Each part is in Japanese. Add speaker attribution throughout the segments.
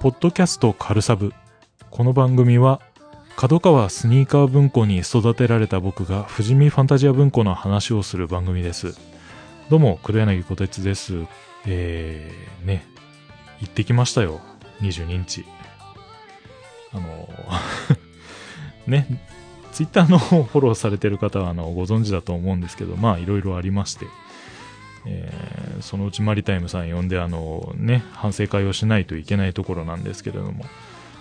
Speaker 1: ポッドキャストカルサブ。この番組は、角川スニーカー文庫に育てられた僕が富士見ファンタジア文庫の話をする番組です。どうも、黒柳小鉄です。えー、ね、行ってきましたよ。22日。あの、 ね、ツイッターのフォローされてる方はあのご存知だと思うんですけど、まあいろいろありまして、えーそのうちマリタイムさん呼んで、あのね、反省会をしないといけないところなんですけれども、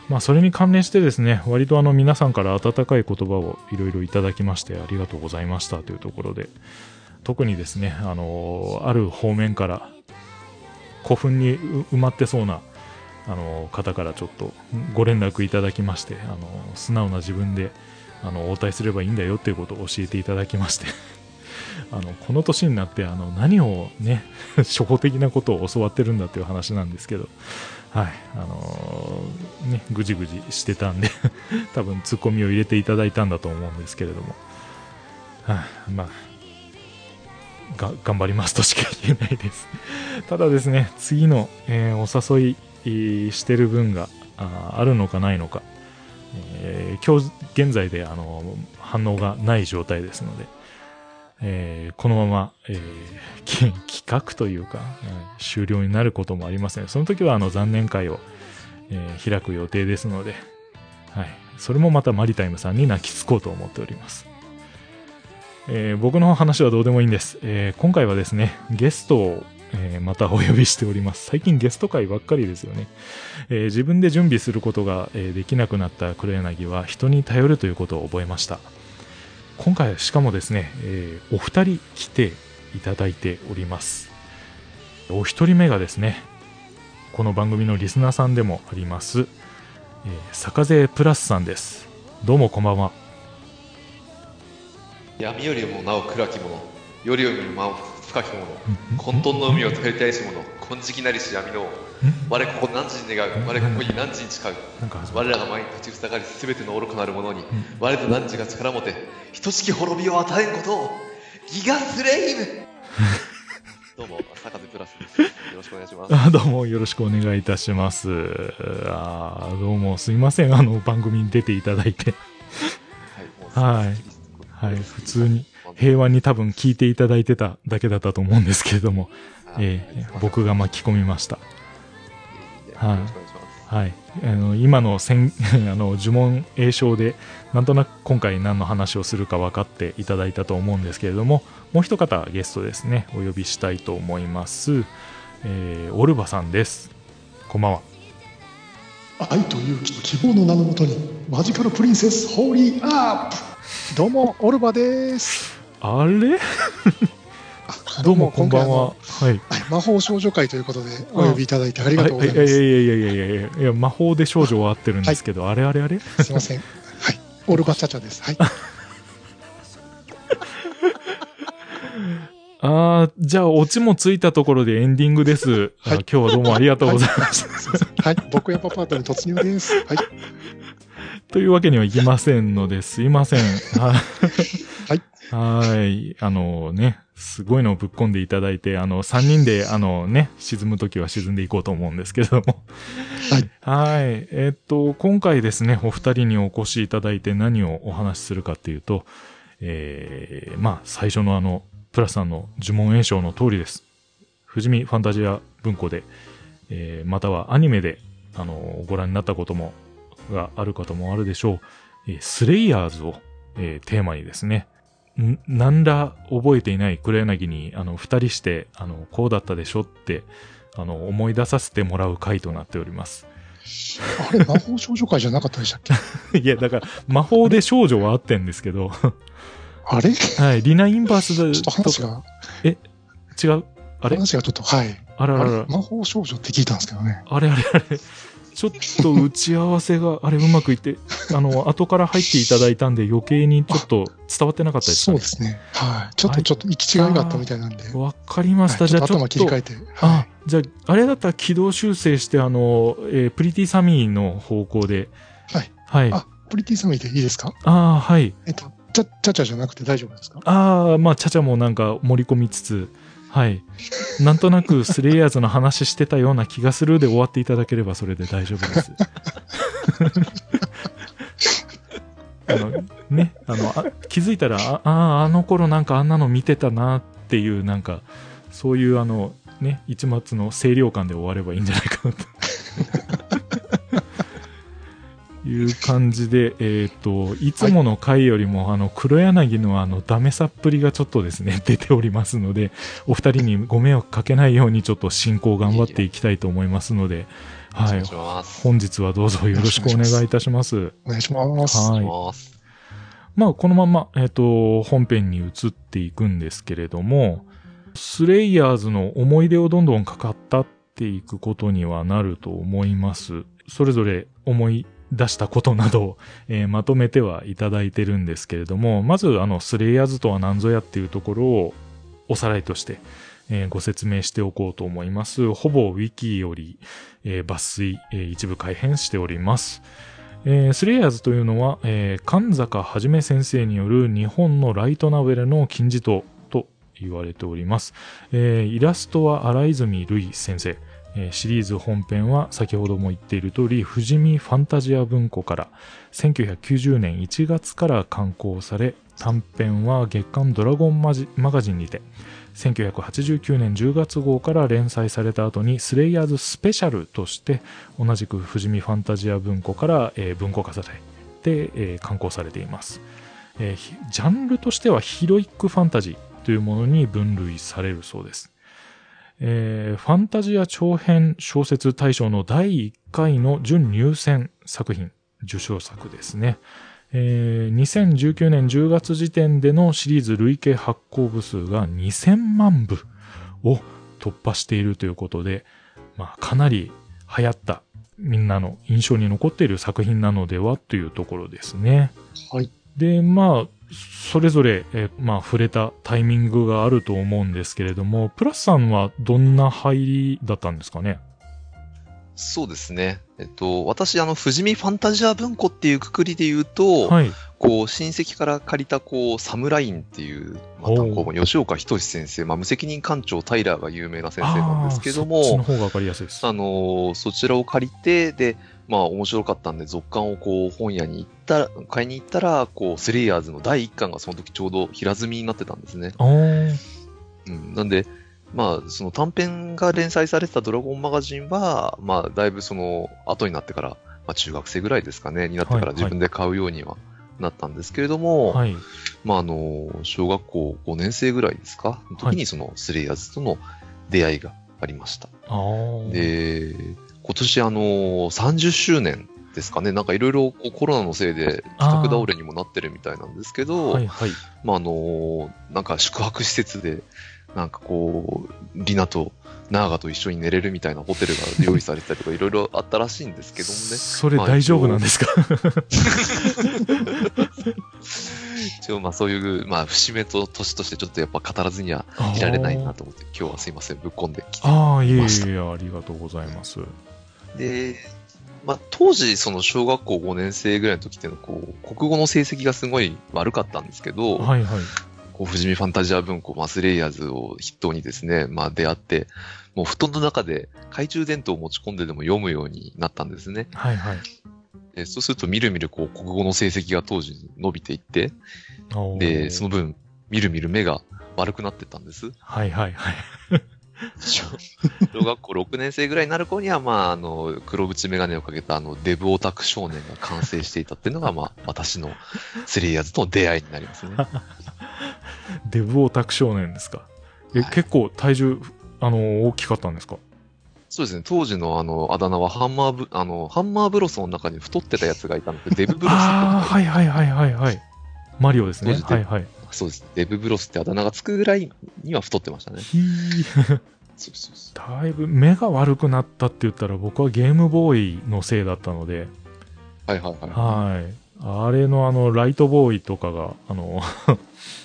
Speaker 1: まあ、それに関連してですね、割とあの皆さんから温かい言葉をいろいろいただきまして、ありがとうございましたというところで、特にですね、あの、ある方面から古墳にう埋まってそうな、あの方からちょっとご連絡いただきまして、あの素直な自分であの応対すればいいんだよっていうことを教えていただきまして、あのこの年になってあの何をね 初歩的なことを教わってるんだという話なんですけど、はいあのーね、ぐじぐじしてたんで 多分ツッコミを入れていただいたんだと思うんですけれども、はいまあが頑張りますとしか言えないです ただですね次の、えーお誘いえーしてる分があーあるのかないのか、えー今日現在であの反応がない状態ですのでえーこのまま、えーき企画というか、うん終了になることもありません、その時はあの残念会を、えー開く予定ですので、はい、それもまたマリタイムさんに泣きつこうと思っております、えー僕の話はどうでもいいんです、えー今回はですねゲストを、えーまたお呼びしております最近ゲスト会ばっかりですよね、えー自分で準備することが、えーできなくなった黒柳は人に頼るということを覚えました今回しかもですね、えーお二人来ていただいておりますお一人目がですねこの番組のリスナーさんでもあります、えー、坂勢プラスさんですどうもこんばんは
Speaker 2: 闇よりもなお暗き者夜よりもなお深き者混沌の海を照りたいし者金色なりし闇の王我ここ何時に願う我ここに何時に誓う
Speaker 1: なんか
Speaker 2: 我らが前に立ちふさがり全ての愚かなる者に我と何時が力もて等しき滅びを与えんことをギガ スレイムどうも坂瀬プラスですよろしくお願いします
Speaker 1: あどうもよろしくお願いいたしますあーどうもすいませんあの番組に出ていただいて
Speaker 2: はい
Speaker 1: はい
Speaker 2: もうすっきりして
Speaker 1: はい普通に平和に多分聞いていただいてただけだったと思うんですけれども、
Speaker 2: はい
Speaker 1: えー僕が巻き込みました
Speaker 2: はいよろしくお願いします
Speaker 1: はい、あの今のせんあの呪文詠唱でなんとなく今回何の話をするか分かっていただいたと思うんですけれどももう一方ゲストですねお呼びしたいと思います、えーオルバさんですこんばんは
Speaker 3: 愛と勇気と希望の名のもとにマジカルプリンセスホーリーアップどうもオルバです
Speaker 1: あれ
Speaker 3: あ
Speaker 1: どうもこんばん
Speaker 3: 今
Speaker 1: ははい
Speaker 3: 回あの魔法少女会ということでお呼びいただいてありがとうござい
Speaker 1: あ
Speaker 3: ま
Speaker 1: いや
Speaker 3: す
Speaker 1: いやいやいやいやいやいや魔法で少女は合ってるんですけど、あれあれあれ
Speaker 3: すいませんはいオルバチャチャですはい
Speaker 1: あーじゃあオチもついたところでエンディングです、あ
Speaker 3: はい
Speaker 1: 今日はどうもありがとうございました、
Speaker 3: すいませんはい僕やパパートに突入ですはい。
Speaker 1: というわけにはいきませんのですいません。はいはーい。あのね、すごいのをぶっ込んでいただいて、あの、3人で、あのね、沈むときは沈んでいこうと思うんですけれども。
Speaker 3: は
Speaker 1: は
Speaker 3: い。
Speaker 1: い。えっと、今回ですね、お二人にお越しいただいて何をお話しするかっていうと、えー、まあ、最初のあの、プラスさんの呪文演唱の通りです。富士見ファンタジア文庫で、えーまたはアニメで、あの、ご覧になったこともがある方もあるでしょう。えースレイヤーズを、えーテーマにですね、ん何ら覚えていない黒柳に、あの、二人して、あの、こうだったでしょって、あの、思い出させてもらう回となっております。
Speaker 3: あれ魔法少女会じゃなかったでしたっ け
Speaker 1: いや、だから、魔法で少女はあってんですけど、
Speaker 3: あれち
Speaker 1: はい、リナインバース
Speaker 3: ょ
Speaker 1: だ
Speaker 3: っと話が
Speaker 1: と違う。あれ
Speaker 3: 話がちょっとはい
Speaker 1: あら
Speaker 3: あ
Speaker 1: らら
Speaker 3: れ魔法少女って聞いたんですけどね
Speaker 1: あれあれあれ。ちょっと打ち合わせがあれうまくいってあの後から入っていただいたんで余計にちょっと伝わってなかったですか
Speaker 3: そう
Speaker 1: ね
Speaker 3: ですね。はい。ちょっ
Speaker 1: は
Speaker 3: と、
Speaker 1: い
Speaker 3: ちょっと行き違いがあったみたいなんで。
Speaker 1: わかりました、
Speaker 3: はい
Speaker 1: じゃあちょ
Speaker 3: 頭
Speaker 1: っ
Speaker 3: 切り
Speaker 1: と
Speaker 3: 替えて。は
Speaker 1: あじゃああれだったら軌道修正してあの、えープリティサミーの方向で
Speaker 3: はい
Speaker 1: はい
Speaker 3: い。あ、プリティサミーでいいですか
Speaker 1: あーはい
Speaker 3: えっと、ちゃ、ちゃちゃじゃなくて大丈夫ですか
Speaker 1: ああまあちゃちゃもなんか盛り込みつつはいなんとなくスレイヤーズの話してたような気がするで終わっていただければそれで大丈夫ですあのねあのあ気づいたらああーあの頃なんかあんなの見てたなっていうなんかそういうあのね一末の清涼感で終わればいいんじゃないかな という感じで、えっ、と、いつもの回よりも、あの、黒柳のあの、ダメさっぷりがちょっとですね、 出ておりますので、お二人にご迷惑かけないように、ちょっと進行頑張っていきたいと思いますので、は
Speaker 2: お願
Speaker 1: い
Speaker 2: いし。ます。
Speaker 1: 本日はどうぞよろしくお願いいたします。
Speaker 3: お願いします。
Speaker 1: はい
Speaker 2: お願いしま
Speaker 1: ま
Speaker 2: す
Speaker 1: あ、このまま、えっ、と、本編に移っていくんですけれども、スレイヤーズの思い出をどんどん語っていくことにはなると思います。それぞれ思い出したことなどを、えーまとめてはいただいてるんですけれども、まず、あの、スレイヤーズとは何ぞやっていうところをおさらいとして、えーご説明しておこうと思います。ほぼウィキより、えー抜粋、えー一部改変しております。えースレイヤーズというのは、えー神坂はじめ先生による日本のライトナベルの金字塔と言われております。えーイラストは荒泉るい先生。えーシリーズ本編は先ほども言っている通り、富士見ファンタジア文庫から1990年1月から刊行され、短編は月刊ドラゴンマジマガジンにて、1989年10月号から連載された後にスレイヤーズスペシャルとして同じく富士見ファンタジア文庫から、えー文庫化されて、えー刊行されています、えーひジャンルとしてはヒロイックファンタジーというものに分類されるそうです、えーファンタジア長編小説大賞の第1回の準入選作品受賞作ですねえー2019年10月時点でのシリーズ累計発行部数が2000万部を突破しているということで、まあ、かなり流行ったみんなの印象に残っている作品なのではというところですね。
Speaker 3: はい
Speaker 1: で、まあ、それぞれ、えまあ、触れたタイミングがあると思うんですけれども、プラスさんはどんな入りだったんですかね
Speaker 2: そうですね。えっと、私、あの、富士見ファンタジア文庫っていうくくりで言うと、
Speaker 1: はい。
Speaker 2: こう、親戚から借りた、こう、サムラインっていう、まあ、
Speaker 1: おう
Speaker 2: 単行本、吉岡仁先生、まあ、無責任館長タイラーが有名な先生なんですけど
Speaker 1: あーそっちの
Speaker 2: も、
Speaker 1: 方がわかりやすいです。
Speaker 2: あのーそちらを借りて、で、まあ、面白かったんで、続刊をこう、本屋に行ったら、買いに行ったら、こう、スレイヤーズの第1巻がその時ちょうど平積みになってたんですね。
Speaker 1: おー
Speaker 2: うん、なんで、まあ、その短編が連載されてたドラゴンマガジンは、まあ、だいぶその、後になってから、まあ、中学生ぐらいですかね、になってか
Speaker 1: はい
Speaker 2: ら
Speaker 1: はい
Speaker 2: 自分で買うようにはなったんですけれども、
Speaker 1: はい。
Speaker 2: まあ、あの、小学校5年生ぐらいですか、の時にその、スレイヤーズとの出会いがありました。
Speaker 1: あー
Speaker 2: で、今年あの、30周年ですかね、なんかいろいろこうコロナのせいで、企画倒れにもなってるみたいなんですけど、
Speaker 1: はいはい。
Speaker 2: まああのなんか宿泊施設で、なんかこう、リナとナーガと一緒に寝れるみたいなホテルが用意されてたりとか、いろいろあったらしいんですけどもね、
Speaker 1: それ大丈夫なんですか、
Speaker 2: 一応まあそういう、まあ節目と年としてちょっとやっぱ語らずには
Speaker 1: あー
Speaker 2: いられないなと思って、今日はすいません、ぶっこんできて。
Speaker 1: ああ、いえいえいえ、ありがとうございます。
Speaker 2: で、まあ当時、その小学校5年生ぐらいの時っていうのはこう、国語の成績がすごい悪かったんですけど、
Speaker 1: はいはい。
Speaker 2: こう、富士見ファンタジア文庫、マスレイヤーズを筆頭にですね、まあ出会って、もう布団の中で懐中電灯を持ち込んででも読むようになったんですね。
Speaker 1: はいはい。
Speaker 2: えそうするとみるみるこう、国語の成績が当時伸びていって、
Speaker 1: おー
Speaker 2: で、その分、みるみる目が悪くなってったんです。
Speaker 1: はいはいはい。
Speaker 2: 小 小学校6年生ぐらいになる頃には、まあ、あの、黒縁眼鏡をかけたあの、デブオタク少年が完成していたっていうのが、まあ、私のスレイヤーズとの出会いになりますね。
Speaker 1: デブオタク少年ですか。え、
Speaker 2: はい
Speaker 1: 結構体重、あのー大きかったんですか
Speaker 2: そうですね、当時のあのあだ名はハンマーブ、あの、ハンマーブロスの中に太ってたやつがいたので、デブブロスって
Speaker 1: ああ、はいはいはいはいはい。マリオですね。
Speaker 2: 当時デブ
Speaker 1: はいはい。
Speaker 2: そうです。デブブロスってあだ名がつくぐらいには太ってましたね。
Speaker 1: ひー
Speaker 3: そうそうそ
Speaker 1: だいぶ目が悪くなったって言ったら僕はゲームボーイのせいだったので、
Speaker 2: はいはいはい。
Speaker 1: はい。あれのあの、ライトボーイとかが、あの、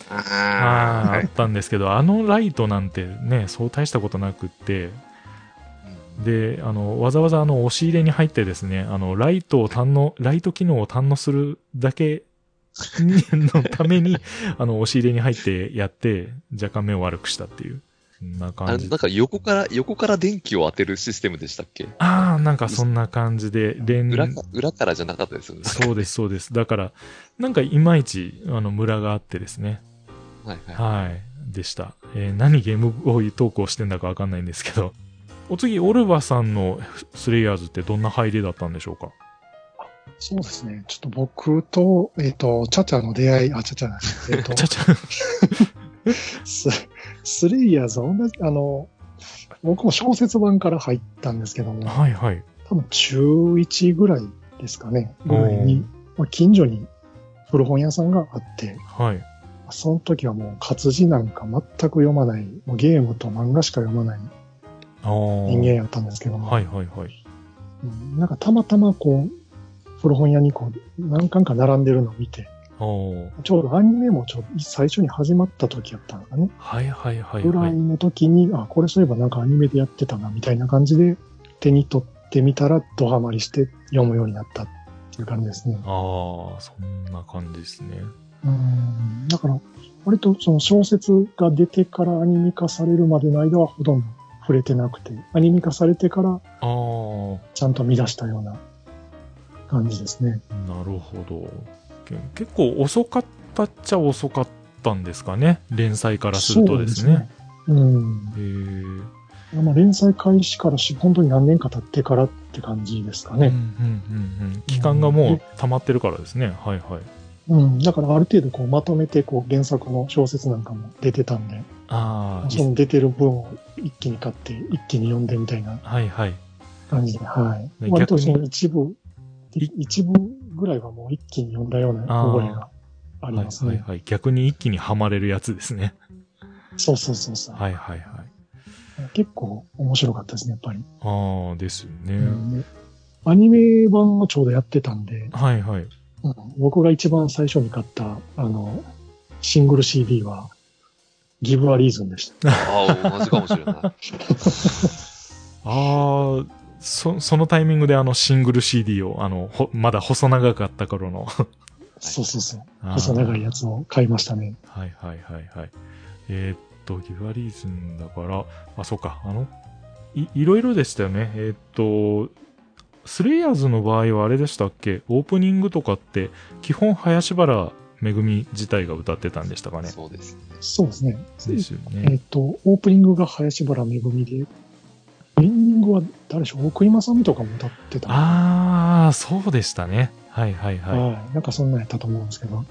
Speaker 1: あーあったんですけど、あのライトなんてね、そう大したことなくって、で、あの、わざわざあの、押し入れに入ってですね、あの、ライトを堪能、ライト機能を堪能するだけにのために、あの、押し入れに入ってやって、若干目を悪くしたっていう、そんな
Speaker 2: あ
Speaker 1: 感
Speaker 2: れ
Speaker 1: じ
Speaker 2: なんか横から、横から電気を当てるシステムでしたっけ
Speaker 1: ああ、なんかそんな感じで、連
Speaker 2: 裏か裏からじゃなかったですよね。
Speaker 1: そうです、そうです。だから、なんかいまいち、あの、ムラがあってですね。
Speaker 2: はいはい。
Speaker 1: はい。でした。えー何ゲームボーイ投稿してんだかわかんないんですけど。お次、オルバさんのスレイヤーズってどんな入りだったんでしょうか
Speaker 3: う。そうですね。ちょっと僕と、えっ、と、チャチャの出会い、あ、チャチャなんです。えっ、と
Speaker 1: ちゃちゃ。
Speaker 3: ス、スレイヤーズ、同じ、あの、僕も小説版から入ったんですけども、
Speaker 1: はいはい。
Speaker 3: 多分中1ぐらいですかね、ぐらいに
Speaker 1: お、
Speaker 3: まあ、近所に古本屋さんがあって、
Speaker 1: はい。
Speaker 3: その時はもう活字なんか全く読まない、もうゲームと漫画しか読まない
Speaker 1: ああ。
Speaker 3: 人間やったんですけども、
Speaker 1: はいはいはい。
Speaker 3: うんなんかたまたまこう、古本屋にこう、何巻か並んでるのを見て、
Speaker 1: あー
Speaker 3: ちょうどアニメもちょ最初に始まった時やったのかね、
Speaker 1: はいはいはい
Speaker 3: ぐ
Speaker 1: は
Speaker 3: らい
Speaker 1: い。
Speaker 3: の時に、あ、これそういえばなんかアニメでやってたな、みたいな感じで手に取ってみたら、ドハマりして読むようになったっていう感じですね。
Speaker 1: ああ、そんな感じですね。
Speaker 3: うん。だから、割とその小説が出てからアニメ化されるまでの間はほとんど触れてなくて、アニメ化されてから
Speaker 1: ああ、
Speaker 3: ちゃんと見出したような感じですね。
Speaker 1: なるほど。け結構遅かったっちゃ遅かったんですかね。連載からするとですね。
Speaker 3: そうですね。うん。
Speaker 1: へえ。
Speaker 3: まあ、連載開始からし、本当に何年か経ってからって感じですか
Speaker 1: うん
Speaker 3: ね。
Speaker 1: うんうんうん、期間がもう溜まってるからですね、はいはい
Speaker 3: うん。だからある程度こうまとめてこう原作の小説なんかも出てたんで、
Speaker 1: あ
Speaker 3: そ
Speaker 1: あ
Speaker 3: の出てる分を一気に買って、一気に読んでみたいな
Speaker 1: はいはい
Speaker 3: 感じで、はい。
Speaker 1: ね
Speaker 3: 割と
Speaker 1: 逆に
Speaker 3: その一部、い一部ぐらいはもう一気に読んだような覚えがあり
Speaker 1: はい
Speaker 3: ます
Speaker 1: はい
Speaker 3: ね。
Speaker 1: はい逆に一気にはまれるやつですね
Speaker 3: そうそうそうそう。
Speaker 1: はいはいはい
Speaker 3: 結構面白かったですね、やっぱり。
Speaker 1: ああですよね、
Speaker 3: うんアニメ版をちょうどやってたんで、
Speaker 1: はいはい
Speaker 3: うん僕が一番最初に買った、あの、シングル CD は、ギブアリーズンでした。
Speaker 2: ああ、同じかもしれない。
Speaker 1: ああそそのタイミングであのシングル CD をあのほまだ細長かった頃の
Speaker 3: そうそうそう。
Speaker 1: あー
Speaker 3: 細長いやつを買いましたね。
Speaker 1: はいはいはいはいえーっとギバリズムだからあそうかあのいいろいろでしたよねえーっとスレイヤーズの場合はあれでしたっけオープニングとかって基本林原めぐみ自体が歌ってたんでしたかね
Speaker 2: そうです。
Speaker 3: そうですね。
Speaker 1: ですよ
Speaker 3: え
Speaker 1: ね
Speaker 3: っ、と、オープニングが林原めぐみで、エンディングは誰でしょう奥井正美とかも歌ってたの
Speaker 1: ああそうでしたねはいはいはい、
Speaker 3: はい。なんかそんなんやったと思うんですけど。
Speaker 1: はい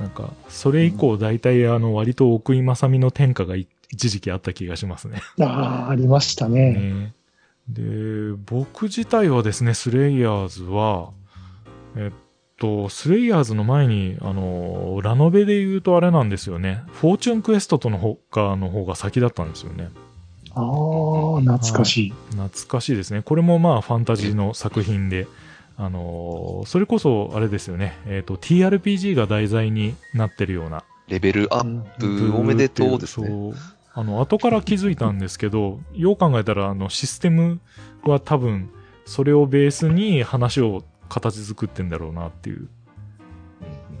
Speaker 1: なんかそれ以降大体あの割と奥井正美の天下がい一時期あった気がしますね
Speaker 3: ああ、ありましたね。
Speaker 1: ねで僕自体はですねスレイヤーズはえっとスレイヤーズの前にあのラノベで言うとあれなんですよねフォーチュンクエストとのほかの方が先だったんですよね
Speaker 3: ああ、懐かしい。
Speaker 1: 懐かしいですねこれもまあファンタジーの作品であのそれこそあれですよねえっと TRPG が題材になってるような
Speaker 2: レベルア
Speaker 3: う
Speaker 2: ッ
Speaker 3: ん
Speaker 2: プおめでとうですね。
Speaker 1: そうあの後から気づいたんですけど よう考えたらあのシステムは多分それをベースに話を形作ってんだろうなっていう、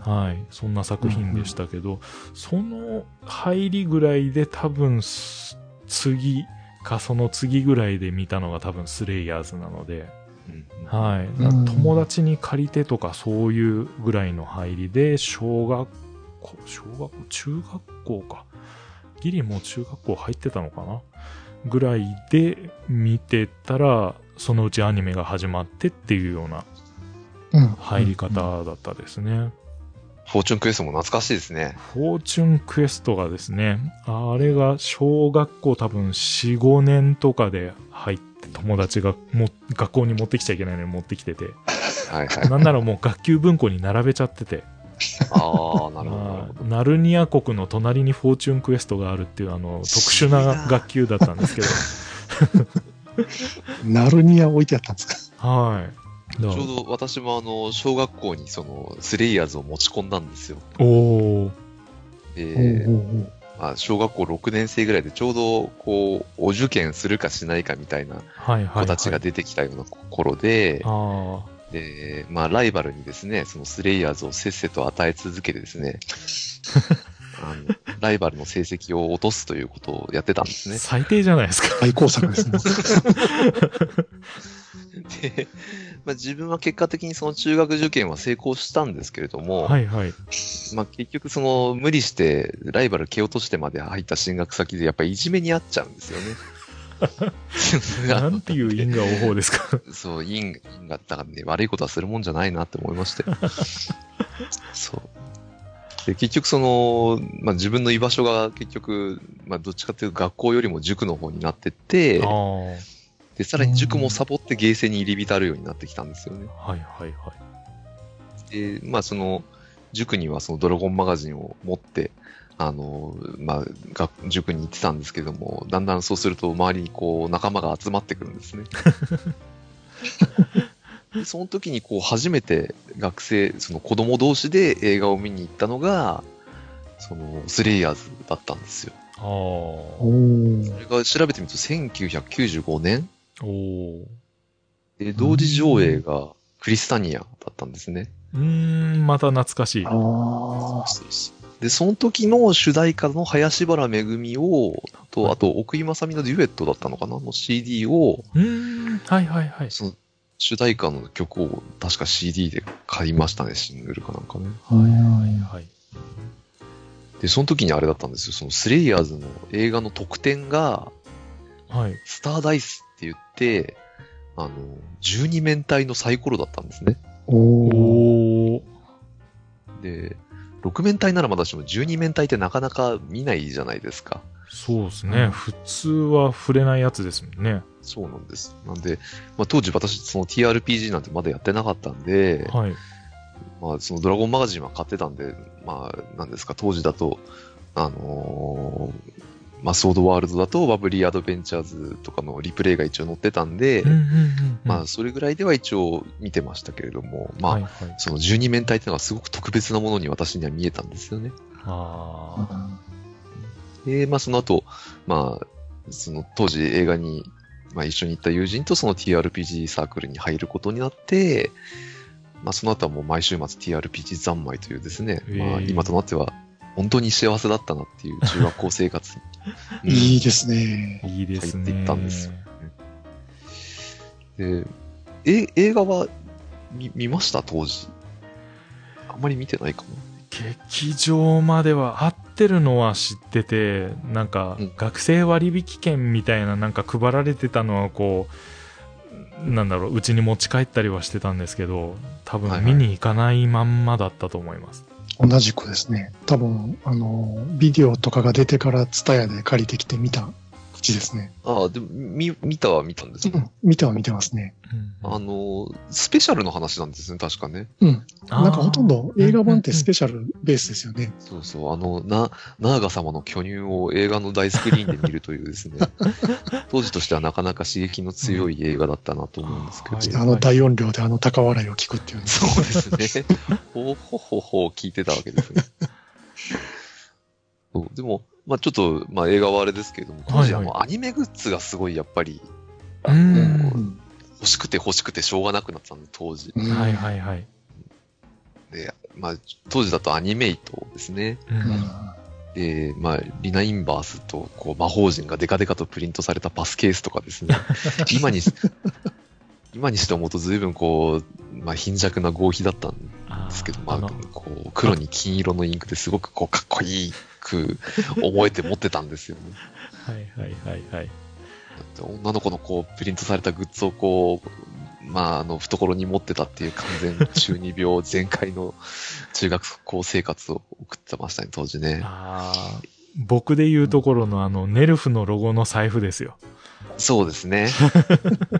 Speaker 1: はい、そんな作品でしたけど、その入りぐらいで多分す次かその次ぐらいで見たのが多分スレイヤーズなので、
Speaker 2: うん
Speaker 1: はい、
Speaker 3: うん
Speaker 1: 友達に借りてとかそういうぐらいの入りで小学校小学校中学校かギリもう中学校入ってたのかなぐらいで見てたらそのうちアニメが始まってっていうような
Speaker 3: うん
Speaker 1: 入り方だったですね、
Speaker 2: フォーチュンクエストも懐かしいですね。
Speaker 1: フォーチュンクエストがですねあれが小学校多分45年とかで入って友達がも学校に持ってきちゃいけないのに持ってきてて
Speaker 2: はいはい。
Speaker 1: なんならもう学級文庫に並べちゃってて、
Speaker 2: ああ、なるほどなる
Speaker 1: ま
Speaker 2: ほど。
Speaker 1: あ、ナルニア国の隣にフォーチュンクエストがあるっていうあの特殊な学級だったんですけど
Speaker 3: ナルニア置いてあったんですか。
Speaker 1: はいだか
Speaker 2: ち
Speaker 1: ら
Speaker 2: ょうど私もあの、小学校にその、スレイヤーズを持ち込んだんですよ。
Speaker 1: おー
Speaker 2: で
Speaker 3: お、うおうおう
Speaker 2: まあ、小学校6年生ぐらいでちょうど、こう、お受験するかしないかみたいな
Speaker 1: はいはい、はい、
Speaker 2: 子たちが出てきたような頃で、
Speaker 1: あ
Speaker 2: で、まあ、ライバルにですね、そのスレイヤーズをせっせと与え続けてで すね、あのライバルの成績を落とすということをやってたんです
Speaker 1: あ、
Speaker 2: ね。
Speaker 1: 最低じゃないですか
Speaker 3: 大工作で すね。
Speaker 2: で、まあ、自分は結果的にその中学受験は成功したんですけれども、
Speaker 1: はいはい
Speaker 2: まあ、結局その無理してライバル蹴落としてまで入った進学先でやっぱりいじめにあっちゃうんですよね。
Speaker 1: なんていう因果応報ですか
Speaker 2: そう、因因果だからね、悪いことはするもんじゃないなって思いまして。そう。で、結局その、まあ、自分の居場所が結局、まあ、どっちかというと学校よりも塾の方になってって
Speaker 1: あ、あはい
Speaker 2: で、さらに塾もサボってゲーセンに入り浸るようになってきたんですよね。
Speaker 1: はいはい
Speaker 2: で、まあ、その、塾にはそのドラゴンマガジンを持って、あの、まあ、学塾に行ってたんですけども、だんだんそうすると周りにこう仲間が集まってくるんですね。でその時にこう初めて学生、その子供同士で映画を見に行ったのが、そのスレイヤーズだったんですよ。
Speaker 1: ああお
Speaker 3: おー
Speaker 2: それが調べてみると1995年
Speaker 1: おー
Speaker 2: で同時上映がクリスタニアだったんですね。
Speaker 1: うーんまた懐かしいは
Speaker 3: あ
Speaker 2: で、その時の主題歌の林原めぐみを、
Speaker 1: はい
Speaker 2: と、あと、奥井正美のデュエットだったのかなの CD を、
Speaker 1: うーんはいはいはい
Speaker 2: その主題歌の曲を確か CD で買いましたね、シングルかなんかね。
Speaker 3: あ。はいは
Speaker 1: はい
Speaker 2: で、その時にあれだったんですよ、そのスレイヤーズの映画の特典が、
Speaker 1: はい
Speaker 2: スターダイスって言って、あの、12面体のサイコロだったんですね。
Speaker 3: い。おお。
Speaker 1: おお
Speaker 2: で、6面体ならまだしも12面体ってなかなか見ないじゃないですか。
Speaker 1: そうですね、普通は触れないやつですもんね
Speaker 2: そうなんです。なんで、まあ、当時私、その TRPG なんてまだやってなかったんで、
Speaker 1: はい
Speaker 2: まあ、そのドラゴンマガジンは買ってたんで、まあ、なんですか、当時だと、あのーまあ、ソードワールドだと、バブリーアドベンチャーズとかのリプレイが一応載ってたんで、
Speaker 1: うんうんうんうん
Speaker 2: まあ、それぐらいでは一応見てましたけれども、まあ、
Speaker 1: はいはい
Speaker 2: その12面体っていうのがすごく特別なものに私には見えたんですよね。
Speaker 1: あ
Speaker 2: で、まあ、その後、まあ、その当時映画に、まあ、一緒に行った友人とその TRPG サークルに入ることになって、まあ、その後はもう毎週末 TRPG 三昧というですね、まあ、
Speaker 1: へえ
Speaker 2: 今となっては本当に幸せだったなって いう中学校生活うん
Speaker 3: いいですね。
Speaker 1: あいいですね
Speaker 2: 入っていったんですよでえ映画は見見ました当時。あんまり見てないかも。
Speaker 1: 劇場までは合ってるのは知っててなんか
Speaker 2: うん
Speaker 1: 学生割引券みたいななんか配られてたのはこうなんだろううちに持ち帰ったりはしてたんですけど多
Speaker 2: は
Speaker 1: 分
Speaker 2: いは
Speaker 1: 見
Speaker 2: い
Speaker 1: に行かないまんまだったと思います、
Speaker 3: 同じくですね。多分、あの、ビデオとかが出てからツタヤで借りてきて見た口ですね。
Speaker 2: ああ、でも見見たは見たんです
Speaker 3: う
Speaker 2: けど、
Speaker 3: ん。見ては見てますね。
Speaker 2: あの、スペシャルの話なんですね、確かね。
Speaker 3: うん。なんかほとん
Speaker 1: ど
Speaker 3: ど映画版ってスペシャルベースですよね。
Speaker 2: そうそう、あの、な、ナーガ様の巨乳を映画の大スクリーンで見るというですね、当時としてはなかなか刺激の強い映画だったなと思うんですけど、
Speaker 1: うん
Speaker 3: あの大音量であの高笑いを聞くっていうね。
Speaker 2: そうですね。ほうほほほ聞いてたわけですね。そうでも、まあちょっと、まあ映画はあれですけれども、当時あ
Speaker 1: はいはい
Speaker 2: のアニメグッズがすごいやっぱり
Speaker 1: う
Speaker 3: うんん。
Speaker 2: 欲しくて欲しくてしょうがなくなってたんで、当時。
Speaker 3: うん
Speaker 1: はいはいはい、
Speaker 2: で、まあ当時だとアニメイトですね。
Speaker 1: うん
Speaker 2: で、まあ、リナインバースと、こう、魔法陣がデカデカとプリントされたパスケースとかで すね。今に、今にして思うと随分こう、まあ、貧弱な合皮だったん
Speaker 1: あー
Speaker 2: ですけど、
Speaker 1: あ
Speaker 2: ま
Speaker 1: の
Speaker 2: あ、こう、黒に金色のインクですごくこう、かっこいいく思えて持ってたんですよね。
Speaker 1: はいはいはいはい
Speaker 2: だって女の子のこう、プリントされたグッズをこう、まあ、あの、懐に持ってたっていう完全中二病全開の中学校生活を送ってましたね、当時ね。
Speaker 1: あー僕で言うところのあのネルフのロゴの財布ですよ
Speaker 2: そうですね。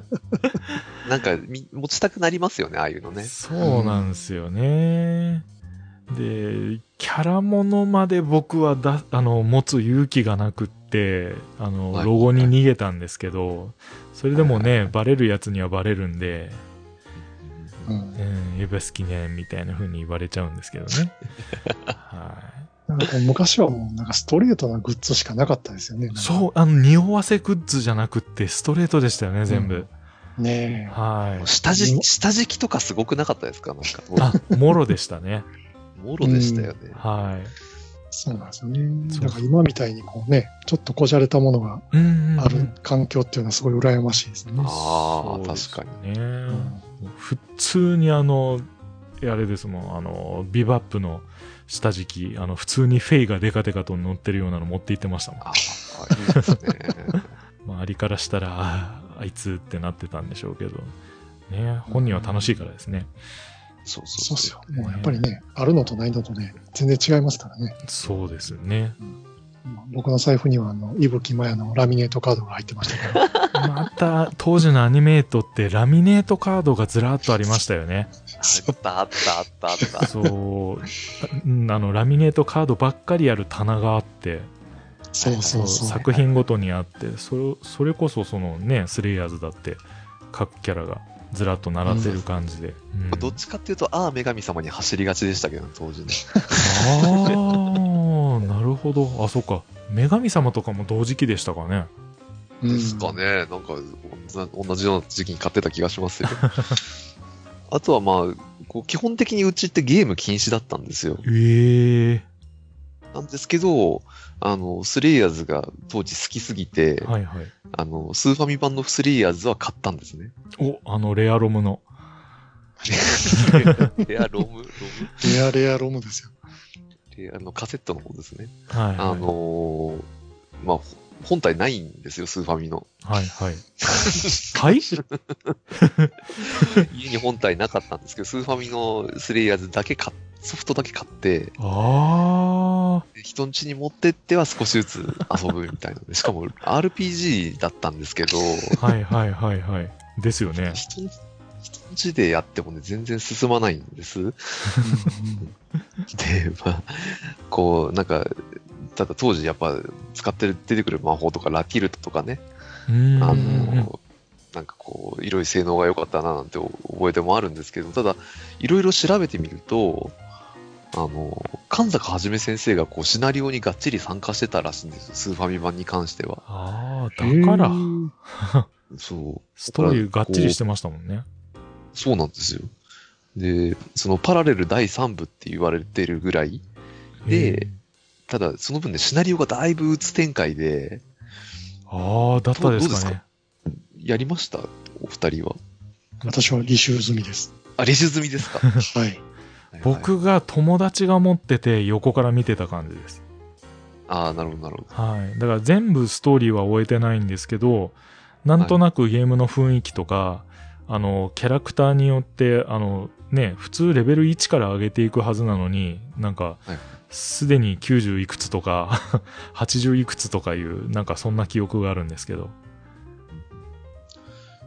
Speaker 2: なんかみ、持ちたくなりますよね、ああいうのね。
Speaker 1: そうなんですよね。でキャラものまで僕はだあの持つ勇気がなくってあの、
Speaker 2: はい
Speaker 1: ロゴに逃げたんですけどそれでもね、バレるやつにはバレるんで、
Speaker 3: うん
Speaker 1: うん、やっぱ好きねみたいな風に言われちゃうんですけど ねはい
Speaker 3: なんかこう昔はもうなんかストレートなグッズしかなかったですよね。なんか
Speaker 1: そうあの匂わせグッズじゃなくってストレートでしたよね全部、
Speaker 3: ね
Speaker 1: はい
Speaker 2: 下敷き下敷きとかすごくなかったですかなんかもう
Speaker 1: あもろでしたね
Speaker 2: もろでしたよね。
Speaker 1: は
Speaker 3: え。そうなんですよね。
Speaker 1: そう
Speaker 3: だから今みたいにこうね、ちょっとこじゃれたものが
Speaker 1: いうん
Speaker 3: ある環境っていうのはすごい羨ましいですね。
Speaker 2: ああ、
Speaker 1: そうです
Speaker 2: 確かに。
Speaker 1: ね、
Speaker 3: うん
Speaker 1: 普通にあのあれですもんあのビバップの下敷きあの普通にフェイがデカデカと乗ってるようなの持って行ってましたもん、
Speaker 2: ああ、いいですね。
Speaker 1: まあ、ありからしたらあーあいつってなってたんでしょうけどね本人は楽しいからですね、
Speaker 2: そうそ
Speaker 3: そ
Speaker 2: うう
Speaker 3: っす
Speaker 2: そう
Speaker 3: よ。もうやっぱりね、あるのとないのとね、全然違いますからね。
Speaker 1: そうですね
Speaker 3: 僕の財布には、あの、伊吹マヤのラミネートカードが入ってましたけど、
Speaker 1: また当時のアニメートってラミネートカードがずらっとありましたよね
Speaker 2: あったあったあったあっ た。
Speaker 1: そううんあのラミネートカードばっかりある棚があって
Speaker 3: そうそうそう。
Speaker 1: 作品ごとにあってそれそれこそそのねスレイヤーズだって各キャラがずらっと並んでる感じで、うん
Speaker 2: どっちかっていうと、ああ、女神様に走りがちでしたけど、当時ね。
Speaker 1: ああなるほどあそうか女神様とかも同時期でしたかね
Speaker 3: うん
Speaker 2: ですかね。なんか、同じような時期に買ってた気がしますよ。あとはまあ、こう基本的にうちってゲーム禁止だったんですよ。
Speaker 1: ええ
Speaker 2: なんですけど、あの、スレイヤーズが当時好きすぎて、
Speaker 1: はいはい
Speaker 2: あの、スーファミ版のスレイヤーズは買ったんで すね。
Speaker 1: おあのレアロムの
Speaker 2: レアロム、ロム
Speaker 3: レアレアロムですよ。
Speaker 2: レアあのカセットの方ですね。
Speaker 1: はいはい
Speaker 2: あのーまあ、ほ本体ないんですよ、スーファ ミの。
Speaker 1: はいはいはい
Speaker 2: 家に本体なかったんですけど、スーファミのスレイヤーズだけ買っソフトだけ買って、
Speaker 1: ああ
Speaker 2: で人ん家に持ってっては少しずつ遊ぶみたいな。でしかも RPG だったんですけど、
Speaker 1: はいはいはいはいですよね
Speaker 2: 人ん人ん家でやってもね、全然進まないんです。 で、まあ、こう、なんか、ただ当時やっぱ使ってる、出てくる魔法とかラティルトとかね、
Speaker 1: うーん
Speaker 2: あの、なんかこう、いろいろ性能が良かったななんて覚えてもあるんですけど、ただ、いろいろ調べてみると、あの、神坂はじめ先生がこう、シナリオにがっちり参加してたらしいんですよ、スーファミ版に関しては。
Speaker 1: ああ
Speaker 3: うん
Speaker 1: だから
Speaker 3: うん
Speaker 2: そう。
Speaker 1: ストーリーがっちりしてましたもんね
Speaker 2: そうなんですよ。で、そのパラレル第3部って言われてるぐらい、で、ただ、その分ね、シナリオがだいぶ鬱展開で、
Speaker 1: ああ、だったです
Speaker 2: どうです
Speaker 1: かね
Speaker 2: か。やりましたお二人は。
Speaker 3: 私は履修済みです。
Speaker 2: あ、練習済みですか
Speaker 3: はい。
Speaker 1: 僕が友達が持ってて横から見てた感じです。
Speaker 2: ああ、なるほど、なるほど。
Speaker 1: はい。だから全部ストーリーは終えてないんですけど、なんとなくゲームの雰囲気とか、あの、キャラクターによって、あの、ね、普通レベル1から上げていくはずなのに、なんか
Speaker 2: はい、
Speaker 1: すでに90いくつとか、80いくつとかいう、なんかそんな記憶があるんですけど。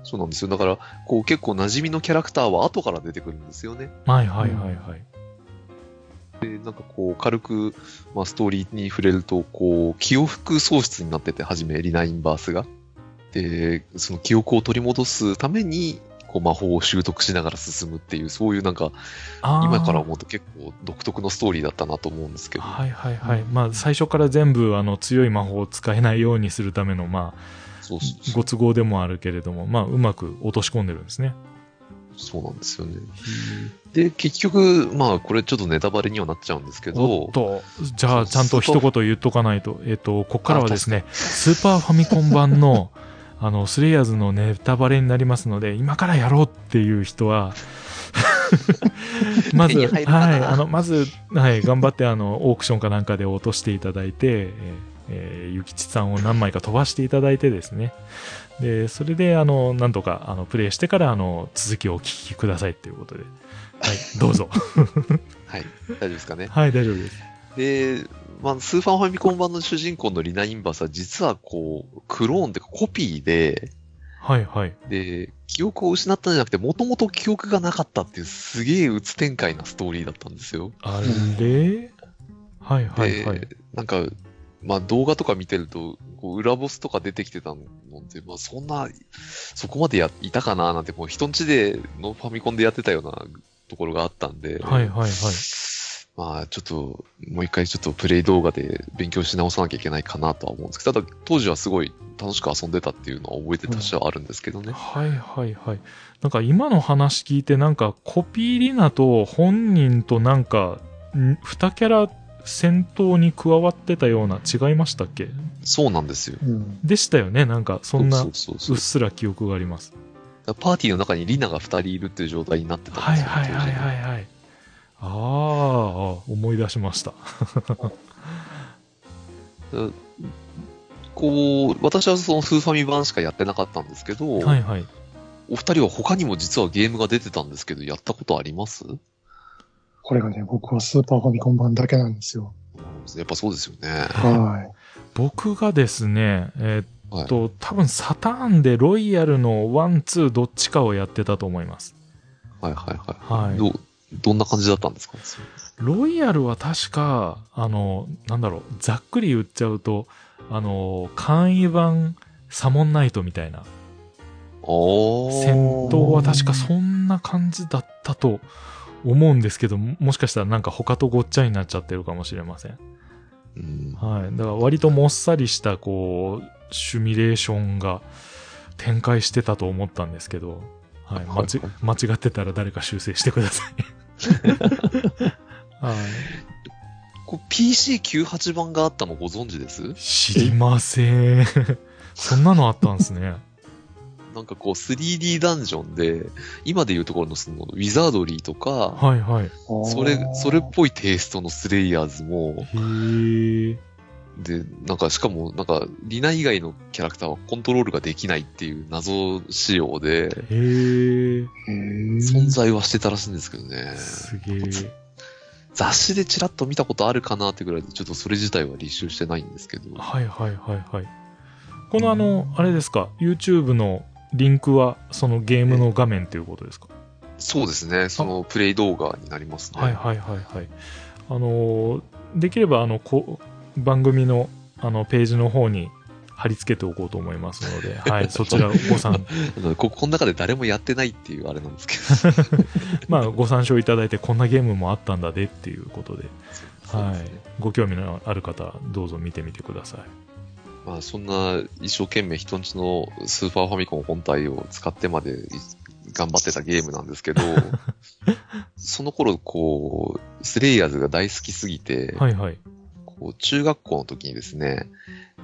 Speaker 2: そうなんですよ。だから、こう結構馴染みのキャラクターは後から出てくるんですよね。
Speaker 1: はいはいはいはい。
Speaker 2: で、なんかこう軽く、まあ、ストーリーに触れると、こう、記憶喪失になってて、はじめ、リナインバースが。で、その記憶を取り戻すために、こう魔法を習得しながら進むっていう、そういうなんか、
Speaker 1: あー
Speaker 2: 今から思うと結構独特のストーリーだったなと思うんですけど。
Speaker 1: はいはいはい。まあ、最初から全部、あの、強い魔法を使えないようにするための、まあ、
Speaker 2: そうそうそう
Speaker 1: ご都合でもあるけれども、まあ、うまく落とし込んでるんですね。
Speaker 2: そうなんですよね。で、結局、まあ、これちょっとネタバレにはなっちゃうんですけ
Speaker 1: お
Speaker 2: ど
Speaker 1: っ、と、じゃあ、ちゃんと一言言っとかないと、えっと、こっからはですね、スーパーファミコン版の、 あの、スレイヤーズのネタバレになりますので、今からやろうっていう人は、 まず、
Speaker 2: 手に
Speaker 1: は
Speaker 2: 入
Speaker 1: い、
Speaker 2: るかな
Speaker 1: あの、まず、はい、頑張って、あの、オークションかなんかで落としていただいて、えーえー、ゆきちさんを何枚か飛ばしていただいてですね、で、それで、あの、なんとか、あの、プレイしてから、あの、続きをお聞きくださいっていうことで、はい、どう ぞ。
Speaker 2: はい、大丈夫ですかね。
Speaker 1: はい、大丈夫です。
Speaker 2: で、まあ、スーパーファミコン版の主人公のリナ・インバスは実はこう、クローンっていうかコピーで、
Speaker 1: はいはい。
Speaker 2: で、記憶を失ったんじゃなくて、もともと記憶がなかったっていう、すげえ鬱展開なストーリーだったんですよ。
Speaker 1: あれはいはいはい
Speaker 2: で。、なんか、まあ動画とか見てると、こう裏ボスとか出てきてたので、まあそんな、そこまでやいたかななんて、こう人んちでのファミコンでやってたようなところがあったんで、
Speaker 1: はいはいはい。
Speaker 2: まあちょっと、もう一回ちょっとプレイ動画で勉強し直さなきゃいけないかなとは思うんですけど、ただ当時はすごい楽しく遊んでたっていうのは覚えてたしはあるんですけどね。
Speaker 1: はいはいはい。なんか今の話聞いて、なんかコピーリナと本人となんか、ん二キャラ戦闘に加わってたような、違いましたっけ
Speaker 2: そうなんですよ。
Speaker 3: うん。
Speaker 1: でしたよね。なんかそんな、
Speaker 2: そううそうそう
Speaker 1: っすら記憶があります。
Speaker 2: だからパーティーの中にリナが2人いるっていう状態になってたん
Speaker 1: はい
Speaker 2: ですよ。
Speaker 1: はいはいはいはい。ああ、思い出しました。
Speaker 2: 当時こう、私はそのフーファミ版しかやってなかったんですけど、
Speaker 1: はいはい。
Speaker 2: お二人は他にも実はゲームが出てたんですけど、やったことあります
Speaker 3: これがね、僕はスーパーファミコン版だけなんですよ。
Speaker 2: やっぱそうですよね。
Speaker 3: は
Speaker 1: 僕がですね、えーっと、多分サターンでロイヤルのワン、ツーどっちかをやってたと思います。
Speaker 2: はいはいはい。
Speaker 1: はい。
Speaker 2: どうどんな感じだったんですか
Speaker 1: ロイヤルは確か、あの、なんだろう、ざっくり言っちゃうと、あの、簡易版サモンナイトみたいな
Speaker 2: おー。
Speaker 1: 戦闘は確かそんな感じだったと思うんですけど、ももしかしたらなんか他とごっちゃになっちゃってるかもしれません。
Speaker 2: うん
Speaker 1: はい。だから割ともっさりした、こう、シミュレーションが展開してたと思ったんですけど、はい。間ち
Speaker 2: はい
Speaker 1: 間違ってたら誰か修正してくださ い。はい。
Speaker 2: こう PC98 版があったのご存知です
Speaker 1: 知りま せん。そんなのあったんですね。
Speaker 2: なんかこう 3D ダンジョンで、今でいうところのそのウィザードリーとか、
Speaker 1: はいはい。へ
Speaker 3: い。
Speaker 2: それ、それっぽいテイストのスレイヤーズも、
Speaker 1: ー
Speaker 2: で、なんか、しかも、なんか、リナ以外のキャラクターはコントロールができないっていう謎仕様で、
Speaker 1: へー
Speaker 2: 存
Speaker 3: 存
Speaker 2: 在はしてたらしいんですけどね。
Speaker 1: すげえ。
Speaker 2: 雑誌でチラッと見たことあるかなってぐらいで、ちょっとそれ自体は履修してないんですけど、
Speaker 1: はいはいはいはい。このあの、あれですか、YouTube のリンクはそのゲームの画面ということですか
Speaker 2: そうですね、そのプレイ動画になりますね。
Speaker 1: はいはいはいはい。あのーできればあのこ番組のあのページの方に貼り付けておこうと思いますので、 はい、そちらをご参
Speaker 2: なのでここの中で誰もやってないっていうあれなんですけど、
Speaker 1: まあご参照いただいてこんなゲームもあったんだでっていうことで、
Speaker 2: そう
Speaker 1: は
Speaker 2: です
Speaker 1: い
Speaker 2: ね、
Speaker 1: ご興味のある方どうぞ見てみてください。
Speaker 2: まあ、そんな一生懸命人んちのスーパーファミコン本体を使ってまでい頑張ってたゲームなんですけ ど、その頃、こう、スレイヤーズが大好きすぎて、
Speaker 1: はいはい。
Speaker 2: こう中学校の時にですね、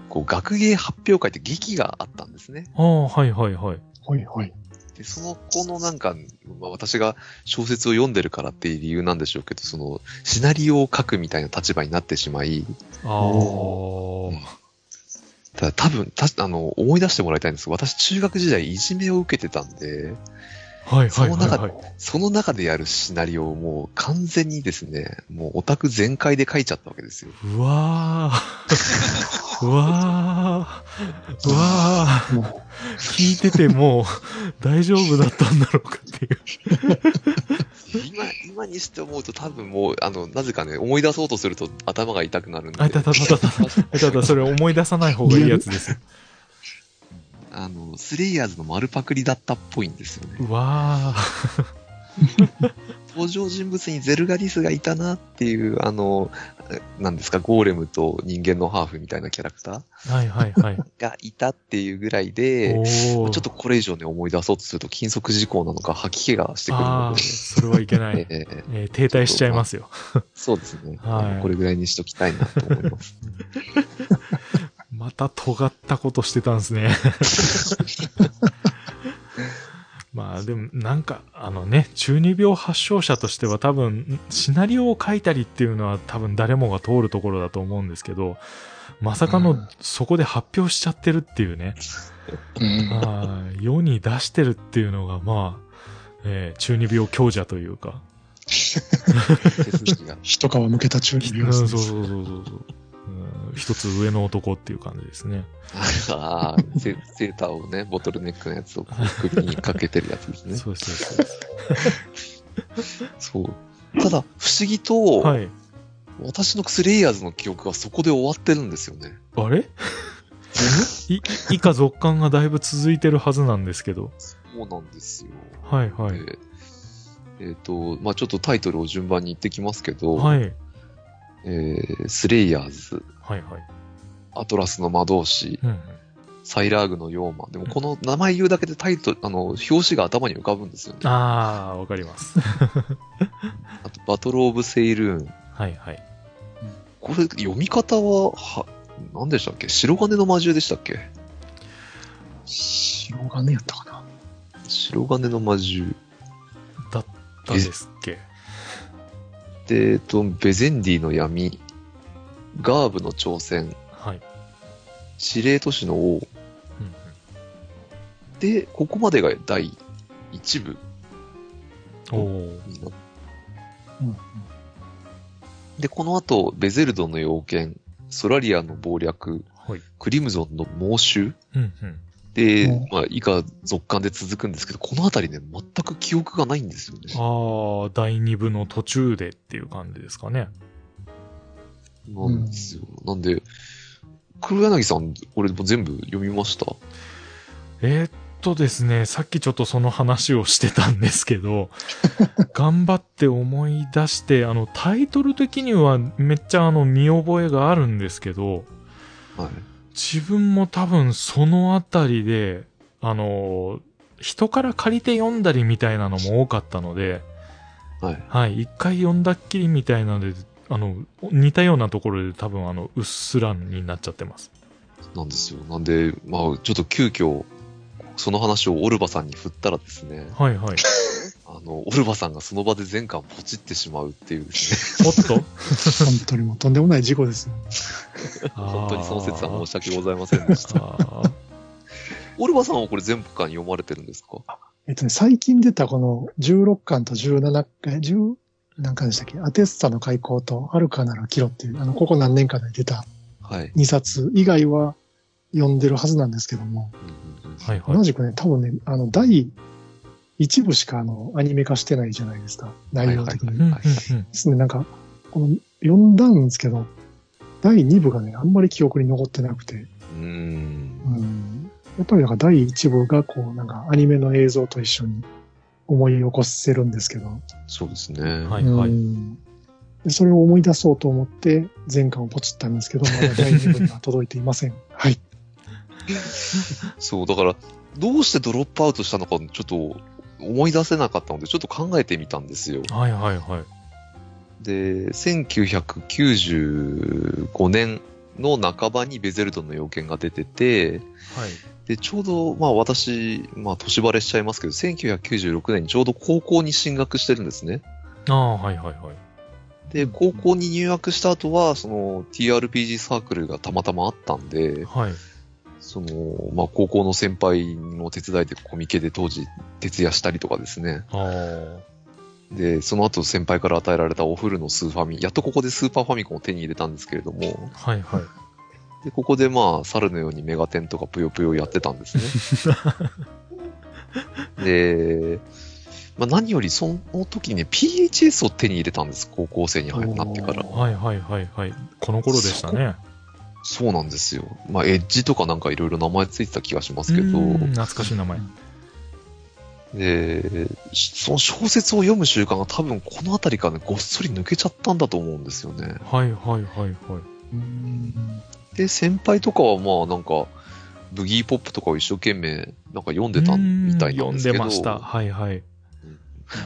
Speaker 2: こう学芸発表会って劇があったんですね。
Speaker 1: ああはいはいはい。
Speaker 3: はいはい。
Speaker 2: で、その子のなんか、まあ、私が小説を読んでるからっていう理由なんでしょうけど、そのシナリオを書くみたいな立場になってしまい、
Speaker 1: ああ
Speaker 2: ただ多分、たあの、思い出してもらいたいんですけど、私中学時代いじめを受けてたんで、
Speaker 1: はい
Speaker 2: そ
Speaker 1: はい
Speaker 2: の
Speaker 1: はい
Speaker 2: 中
Speaker 1: はい。
Speaker 2: その中でやるシナリオをもう完全にですね、もうオタク全開で書いちゃったわけですよ。
Speaker 1: うわ ーうわーうわー
Speaker 3: も
Speaker 1: 聞いててもう大丈夫だったんだろうかって いう。
Speaker 2: 今、今にして思うと多分もう、あの、なぜかね、思い出そうとすると頭が痛くなるんで。
Speaker 1: あ痛い痛い痛いただそれ思い出さない方がいいやつですよ。
Speaker 2: あの、スレイヤーズの丸パクリだったっぽいんですよね。
Speaker 1: うわ
Speaker 2: 登場人物にゼルガリスがいたなっていう、あの、なんですか、ゴーレムと人間のハーフみたいなキャラクタ
Speaker 1: ーはいはい はい。
Speaker 2: ーがいたっていうぐらいで、
Speaker 1: お
Speaker 2: ま
Speaker 1: お。
Speaker 2: あちょっとこれ以上ね、思い出そうとすると、禁足事項なのか、吐き気がしてくる
Speaker 1: あ
Speaker 2: の
Speaker 1: あ、それはいけな
Speaker 2: で
Speaker 1: い、。
Speaker 2: ええええ
Speaker 1: えー停滞しちゃいますよ。
Speaker 2: そうですね、
Speaker 1: はい
Speaker 2: あのこれぐらいにしときたいなと思い ます。
Speaker 1: また尖ったことしてたんですね。まあでもなんかあのね、中二病発症者としては多分シナリオを書いたりっていうのは多分誰もが通るところだと思うんですけど、まさか
Speaker 2: う
Speaker 1: の
Speaker 2: ん
Speaker 1: そこで発表しちゃってるっていうね。
Speaker 3: う うん
Speaker 1: はい世に出してるっていうのが、まあ、えー中二病強者というか。
Speaker 2: 手続きが。
Speaker 3: 一皮むけた中
Speaker 1: う
Speaker 3: に
Speaker 1: んそうそうそうそうそう。うん一つ上の男っていう感じですね。
Speaker 2: ああ、セセーターをね、ボトルネックのやつを首にかけてるやつですね。
Speaker 1: そうです、そうです。
Speaker 2: そう。ただ、不思議と、
Speaker 1: はい。
Speaker 2: 私のスレイヤーズの記憶はそこで終わってるんですよね。
Speaker 1: あれ い以下続感がだいぶ続いてるはずなんですけど。
Speaker 2: そうなんですよ。
Speaker 1: はいはい。
Speaker 2: でえっ、と、まあちょっとタイトルを順番に言ってきますけど、
Speaker 1: はい。
Speaker 2: えースレイヤーズ、
Speaker 1: はいはい。
Speaker 2: アトラスの魔導士、
Speaker 1: うんうん。
Speaker 2: サイラーグの妖魔。でもこの名前言うだけでタイトル、あの、表紙が頭に浮かぶんですよね。あ
Speaker 1: あー、わかり ます。
Speaker 2: と、バトルオブセイルーン。
Speaker 1: はいはい。
Speaker 2: これ、読み方は、は、何でしたっけ白金の魔獣でしたっけ
Speaker 3: 白金やったかな。
Speaker 2: 白金の魔獣。
Speaker 1: だったですっけ。
Speaker 2: で、えっと、ベゼンディの闇、ガーブの挑戦、
Speaker 1: はい。
Speaker 2: 司令都市の王。
Speaker 1: うんうん
Speaker 2: で、ここまでが第1部
Speaker 1: おお、
Speaker 2: になっ
Speaker 3: うんうん。
Speaker 2: で、この後、ベゼルドの要件、ソラリアの謀略、
Speaker 1: はい。
Speaker 2: クリムゾンの猛襲。
Speaker 1: うんうん。
Speaker 2: で、
Speaker 3: うん
Speaker 2: まあ、以下続巻で続くんですけど、このあたりね、全く記憶がないんですよね。
Speaker 1: ああ、第2部の途中でっていう感じですかね。
Speaker 2: なんですよ。なんで、黒柳さん、俺も全部読みました。
Speaker 1: えーっとですね、さっきちょっとその話をしてたんですけ ど、頑張って思い出して、あの、タイトル的にはめっちゃあの、見覚えがあるんですけど、
Speaker 2: はい。
Speaker 1: 自分も多分そのあたりで、あの、人から借りて読んだりみたいなのも多かったので、
Speaker 2: はい。
Speaker 1: はい、一回読んだっきりみたいなので、あの、似たようなところで多分あの、うっすらになっちゃってます。
Speaker 2: なんですよ。なんで、まあ、ちょっと急遽、その話をオルバさんに振ったらですね、
Speaker 1: はい はい。
Speaker 2: あの、オルバさんがその場で全巻ポチってしまうっていうですね。
Speaker 1: おっと
Speaker 3: 本当にもうとんでもない事故ですよ。
Speaker 2: 本当にその説は申
Speaker 1: し
Speaker 2: し訳ございませんで した。オルバさんはこれ全部巻読まれてるんですか
Speaker 3: えっとね、最近出たこの16巻と17巻、10何巻でしたっけアテスタの開口と遥かならキロっていう、あの、ここ何年かで出た
Speaker 2: はい。
Speaker 3: 2冊以外は読んでるはずなんですけども、
Speaker 2: うんうんうん
Speaker 1: はいは
Speaker 3: 同
Speaker 1: い。
Speaker 3: じくね、多分ね、あの、第1部しかあの、アニメ化してないじゃないですか。内容的に。
Speaker 2: は
Speaker 1: う
Speaker 2: いはい
Speaker 1: ん
Speaker 2: は
Speaker 1: う
Speaker 2: い
Speaker 1: んうん
Speaker 3: ですね、なんか、この、読んだんですけど、第2部がね、あんまり記憶に残ってなくて、
Speaker 2: うーん。
Speaker 3: うん、やっぱりなんか第1部がこう、なんかアニメの映像と一緒に思い起こせるんですけど、
Speaker 2: そうですね。
Speaker 1: はいはい
Speaker 3: うんでそれを思い出そうと思って、前巻をポチったんですけど、まだ第2部には届いていま せん。はい。
Speaker 2: そう、だから、どうしてドロップアウトしたのか、ちょっと思い出せなかったので、ちょっと考えてみたんですよ。
Speaker 1: はいはいはい。
Speaker 2: で、1995年の半ばにベゼルドの要件が出て
Speaker 1: は
Speaker 2: て、
Speaker 1: い。
Speaker 2: で、ちょうど、まあ私、まあ年バレしちゃいますけど、1996年にちょうど高校に進学してるんですね。
Speaker 1: ああ、はいはいはい。
Speaker 2: で、高校に入学した後は、その TRPG サークルがたまたまあったんで、
Speaker 1: はい。
Speaker 2: その、まあ高校の先輩の手伝いでコミケで当時徹夜したりとかですね。
Speaker 1: ああ。
Speaker 2: で、その後先輩から与えられたおフルのスーファミ、やっとここでスーパーファミコンを手に入れたんですけれども、
Speaker 1: はいはい。
Speaker 2: で、ここでまあ、猿のようにメガテンとかぷよぷよやってたんです ね。で、まあ何よりその時に PHS を手に入れたんです、高校生になってから。
Speaker 1: はいはいはいはい。この頃でしたね。
Speaker 2: そうなんですよ。まあ、エッジとかなんかいろいろ名前ついてた気がしますけ
Speaker 1: う
Speaker 2: ど、
Speaker 1: ん懐かしい名前。
Speaker 2: で、その小説を読む習慣が多分この辺りからね、ごっそり抜けちゃったんだと思うんですよね。
Speaker 1: はいはいはいはい。
Speaker 3: うん
Speaker 2: で、先輩とかはまあなんか、ブギーポップとかを一生懸命なんか読んでたみたいなん
Speaker 1: うん
Speaker 2: で
Speaker 1: 読
Speaker 2: すけ
Speaker 1: んで
Speaker 2: ど、
Speaker 1: ました。はいはい。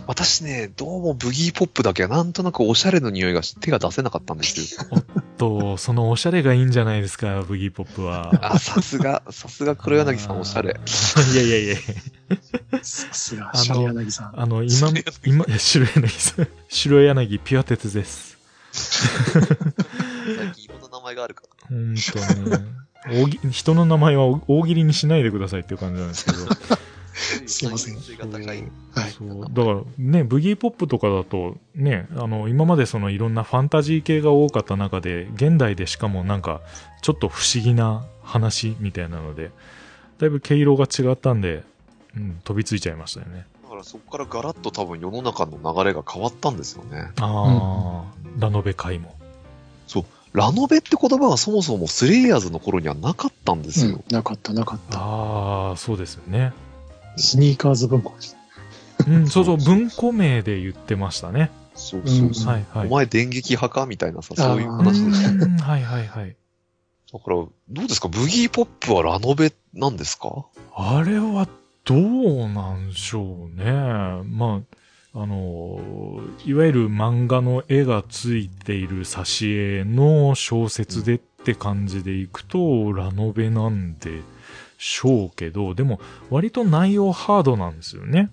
Speaker 2: 私ね、どうもブギーポップだけはなんとなくおしゃれの匂いがして手が出せなかったんですよ。
Speaker 1: と、そのおしゃれがいいんじゃないですか、ブギーポップは。
Speaker 2: あ、さすが、さすが黒柳さんおしゃれ。
Speaker 1: いやいやいや
Speaker 3: さすが、
Speaker 1: あの
Speaker 3: シャレ柳さん。
Speaker 1: あ の、今、今、いや白柳さん。 白柳ピュア鉄です。
Speaker 2: 最近いろんな名前があるから。
Speaker 1: ほんとね。大喜人の名前は大喜利にしないでくださいっていう感じなんですけど。
Speaker 3: すいません
Speaker 2: 再現性が高い。
Speaker 3: はい。
Speaker 1: そうだからね、ブギーポップとかだと、ね、あの今までそのいろんなファンタジー系が多かった中で、現代でしかもなんか、ちょっと不思議な話みたいなので、だいぶ毛色が違ったんで、うん、飛びついちゃいましたよね。
Speaker 2: だからそこからガラッと多分世の中の流れが変わったんですよね。
Speaker 1: ああ、ラノベ界も。
Speaker 2: ラノベって言葉がそもそもスレイヤーズの頃にはなかったんです
Speaker 3: う
Speaker 2: よ。
Speaker 3: ん、なかった、なかった。
Speaker 1: ああ、そうですよ ね。
Speaker 3: スニーカーズ文庫です。
Speaker 1: うん、そうそう、文庫名で言ってましたね。
Speaker 2: そう
Speaker 3: そ
Speaker 2: そう
Speaker 3: うそ
Speaker 1: はいはい。
Speaker 2: お前電撃派かみたいなさ、そういう話でした。だか
Speaker 1: うんはいはいはい。
Speaker 2: ら、どうですかブギーポップはラノベなんですか。
Speaker 1: あれはどうなんでしょうね。まあ、あの、いわゆる漫画の絵がついている挿絵の小説でって感じでいくと、ラノベなんでしょうけど、でも割と内容ハードなんですよね。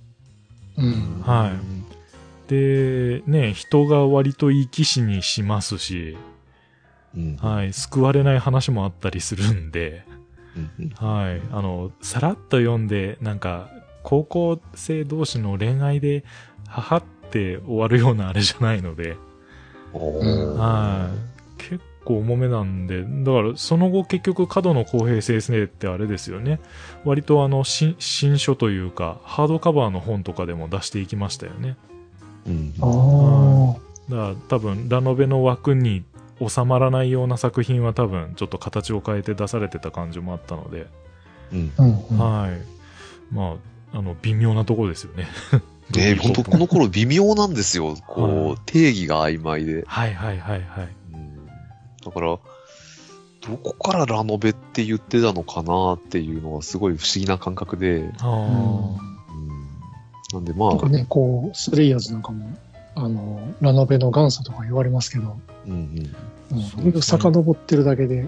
Speaker 3: うん。
Speaker 1: はいで、ね、人が割と生き死にしますし、
Speaker 2: うん。
Speaker 1: はい、救われない話もあったりするんで、
Speaker 2: うん
Speaker 1: はい。あの、さらっと読んで、なんか、高校生同士の恋愛で、母って終わるようなあれじゃないので、
Speaker 2: お
Speaker 3: うん
Speaker 1: は
Speaker 2: ー
Speaker 1: い。結構重めなんで、だから、その後結局、角野公平先生ってあれですよね。割とあの、新、新書というか、ハードカバーの本とかでも出していきましたよね。
Speaker 2: うん
Speaker 3: ああ。
Speaker 1: だから、多分、ラノベの枠に収まらないような作品は多分、ちょっと形を変えて出されてた感じもあったので、
Speaker 2: うん
Speaker 3: うん、うん。
Speaker 1: はい。まあ、あの、微妙なところですよ ね。
Speaker 2: ねえ、
Speaker 1: ブギーポ
Speaker 2: 本当
Speaker 1: ップ
Speaker 2: この頃微妙なんですよ。こ
Speaker 1: は
Speaker 2: う、定義が曖昧で。
Speaker 1: はいはいはいはい。
Speaker 2: うんだから、どこからラノベって言ってたのかなっていうのはすごい不思議な感覚で。
Speaker 1: あー
Speaker 2: うんなんでまあ
Speaker 3: なん、かね、こう、スレイヤーズなんかも、あの、ラノベの元祖とか言われますけど、
Speaker 2: うんうん
Speaker 3: うん、
Speaker 1: そう
Speaker 3: それを遡ってるだけで、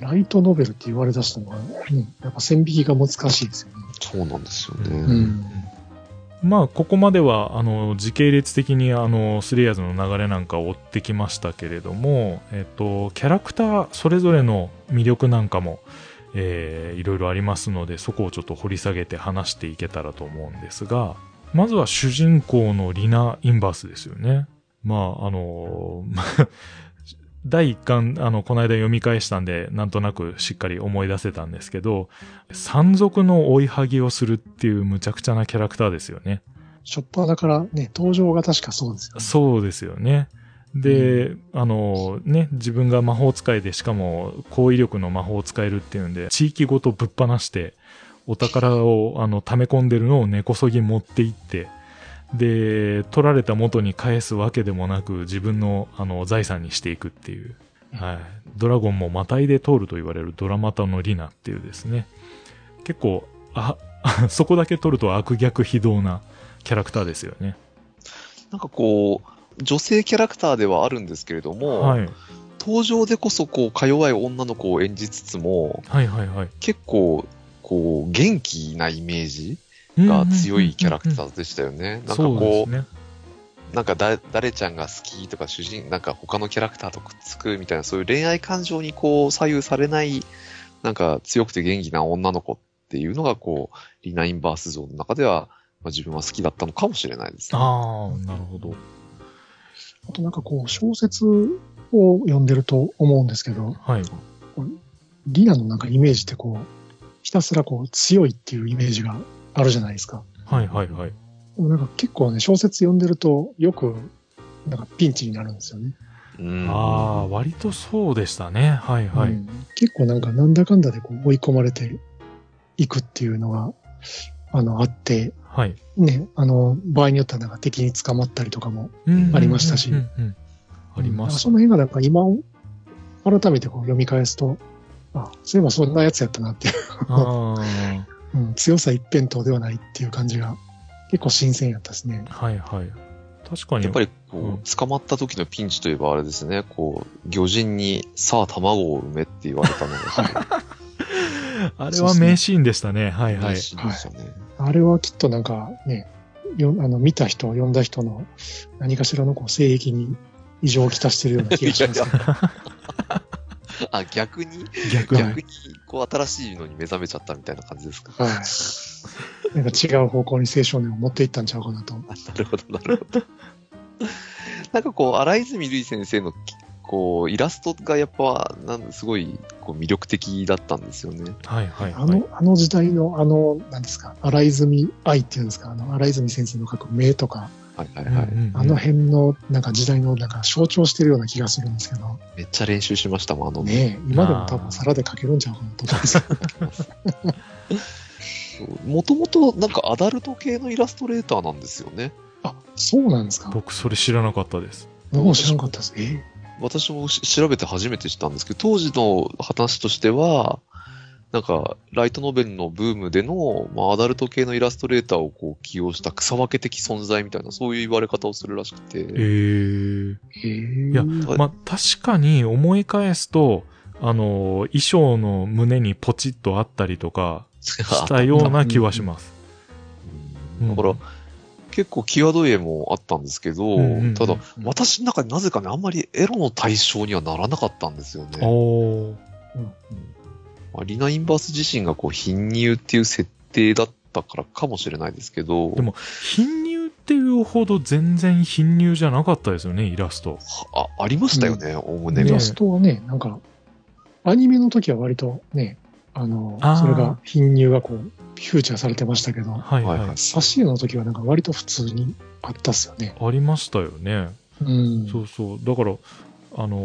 Speaker 3: ライトノベルって言われだしたのは、うん、やっぱ線引きが難しいですよね。
Speaker 2: そうなんですよ
Speaker 1: う
Speaker 3: う
Speaker 2: ね。
Speaker 3: ん。
Speaker 1: まあ、ここまでは、あの、時系列的に、あの、スレイヤーズの流れなんかを追ってきましたけれども、えっと、キャラクターそれぞれの魅力なんかも、えーいろいろありますので、そこをちょっと掘り下げて話していけたらと思うんですが、まずは主人公のリナ・インバースですよね。まあ、あの、 第1巻、あの、この間読み返したんで、なんとなくしっかり思い出せたんですけど、山賊の追いはぎをするっていうむちゃくちゃなキャラクターですよね。
Speaker 3: 初っ端からね、登場が確かそうですよね。
Speaker 1: そうですよね。で、あのね、自分が魔法使いでしかも高威力の魔法を使えるっていうんで、地域ごとぶっ放して、お宝をあの溜め込んでるのを根こそぎ持っていって、で、取られた元に返すわけでもなく、自分のあの財産にしていくっていう。はい。ドラゴンもまたいで通ると言われるドラマタのリナっていうですね。結構、あ、 そこだけ取ると悪逆非道なキャラクターですよね。
Speaker 2: なんかこう、女性キャラクターではあるんですけれども、
Speaker 1: はい。
Speaker 2: 登場でこそこう、か弱い女の子を演じつつも、
Speaker 1: はいはいはい。
Speaker 2: 結構、こう、元気なイメージが強いキャラクターでしたよね。なんか
Speaker 1: そうで
Speaker 2: こ
Speaker 1: す
Speaker 2: う、
Speaker 1: ね。
Speaker 2: なんかだ、誰ちゃんが好きとか主人、なんか他のキャラクターとくっつくみたいな、そういう恋愛感情にこう、左右されない、なんか強くて元気な女の子っていうのが、こう、リナインバース像の中では、まあ、自分は好きだったのかもしれないですね。
Speaker 1: ああ、なるほど。
Speaker 3: あとなんかこう、小説を読んでると思うんですけど、
Speaker 1: はい。
Speaker 3: リナのなんかイメージってこう、ひたすらこう、強いっていうイメージがあるじゃないですか。
Speaker 1: はいはいはい。
Speaker 3: でもなんか結構ね、小説読んでると、よく、なんかピンチになるんですよね。
Speaker 2: うん
Speaker 1: ああ、割とそうでしたね。はいはい。
Speaker 3: うん結構なんかなんだかんだでこう追い込まれていくっていうのが、あの、あって、
Speaker 1: はい。
Speaker 3: ね、あの、場合によってはなんか敵に捕まったりとかも、
Speaker 1: うん
Speaker 2: あり
Speaker 3: ましたし
Speaker 1: うんうんうんあり
Speaker 3: なん
Speaker 1: ま
Speaker 3: か
Speaker 1: し
Speaker 3: その辺がなんか今、改めてこう読み返すと、あ、そういえばそんなやつやったなっていう、
Speaker 1: た。ああ。
Speaker 3: うん、強さ一辺倒ではないっていう感じが、結構新鮮やったですね。
Speaker 1: はいはい。確かに。
Speaker 2: やっぱりこう、
Speaker 1: うん
Speaker 2: 捕まった時のピンチといえばあれですね、こう、魚人に、さあ卵を産めって言われたのが、
Speaker 1: あれは名シーンでしたね。はいはい
Speaker 2: 嬉。しいですよね。
Speaker 3: あれはきっとなんかね、よあの見た人、読んだ人の 何かしらのこう性癖に異常をきたしてるような気がします。
Speaker 2: いやいやあ、逆に
Speaker 1: 逆に。
Speaker 2: 逆に、こう、新しいのに目覚めちゃったみたいな感じですか。
Speaker 3: はい。なんか違う方向に青少年を持っていったんちゃうかなと。
Speaker 2: あなるほど、なるほど。 なんかこう、荒泉るい先生の、こう、イラストがやっぱ、なんすごい、こう、魅力的だったんですよね。
Speaker 1: はいはい
Speaker 3: あ
Speaker 1: はい
Speaker 3: の、。あの時代の、あの、なんですか、荒泉愛っていうんですか、あの、荒泉先生の書く名とか、
Speaker 2: はいはい
Speaker 1: うんう
Speaker 2: はい。
Speaker 1: んうん
Speaker 3: あの辺の、なんか時代の、なんか象徴してるような気がするんですけど、
Speaker 2: めっちゃ練習しましたもん、あの、
Speaker 3: ねえ、今でも多分皿で書けるんちゃうかなと思うんですけど。
Speaker 2: もともとなんかアダルト系のイラストレーターなんですよね。
Speaker 3: あ、そうなんですか。
Speaker 1: 僕それ知らなかったです。
Speaker 3: もう知らんかったです。え
Speaker 2: 私もし調べて初めて知ったんですけど、当時の話としては、なんか、ライトノベルのブームでの、まあ、アダルト系のイラストレーターをこう起用した草分け的存在みたいな、そういう言われ方をするらしく
Speaker 1: ええ
Speaker 2: て、
Speaker 3: えい
Speaker 1: や
Speaker 2: はい
Speaker 1: まあ確かに思い返すと、あの、衣装の胸にポチッとあったりとかしたような気はします。
Speaker 2: だから、結構際どい絵もあったんですけど、
Speaker 1: うんうんうん
Speaker 2: ただ、私の中でなぜかね、あんまりエロの対象にはならなかったんですよね。
Speaker 1: おー
Speaker 2: まあリナ・インバース自身がこう貧乳っていう設定だったからかもしれないですけど、
Speaker 1: でも貧乳っていうほど全然貧乳じゃなかったですよね、イラスト。
Speaker 2: あありましたよね、おおむね
Speaker 3: イ
Speaker 2: が
Speaker 3: ラ。ストはね、なんか、アニメの時は割とね、あの、
Speaker 1: あー
Speaker 3: それが、貧乳がこう、フューチャーされてましたけど、
Speaker 1: はいはい。
Speaker 2: はいはい
Speaker 3: 挿絵の時はなんか割と普通にあったっすよね。
Speaker 1: ありましたよね。
Speaker 3: うん。
Speaker 1: そうそう。だから、あの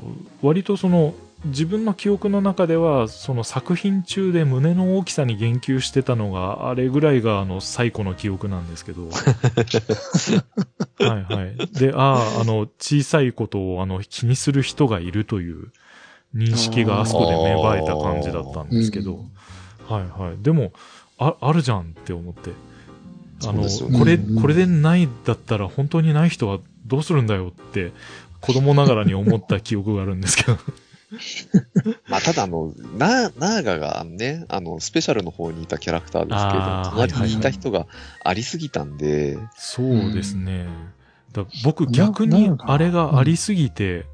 Speaker 1: ー割とその、自分の記憶の中では、その作品中で胸の大きさに言及してたのが、あれぐらいが、あの、最古の記憶なんですけ ど。はいはい。で、ああ、あの、小さいことを、あの、気にする人がいるという認識があそこで芽生えた感じだったんですけど。はいはい。でも、ああるじゃんって思って。あ
Speaker 2: そう
Speaker 1: の、
Speaker 2: ですよね
Speaker 1: これ、
Speaker 3: うんうん
Speaker 1: これでないだったら本当にない人はどうするんだよって、子供ながらに思った記憶があるんですけど。
Speaker 2: まあ、ただあの、な、ナーガがね、あの、スペシャルの方にいたキャラクター
Speaker 1: あー
Speaker 2: ですけど、隣にい
Speaker 3: はいはいは
Speaker 2: た
Speaker 3: い
Speaker 2: 人がありすぎたんで、
Speaker 1: そうですね。だ僕
Speaker 3: な
Speaker 1: 逆
Speaker 3: な
Speaker 1: に
Speaker 3: んか
Speaker 1: あれがありすぎて、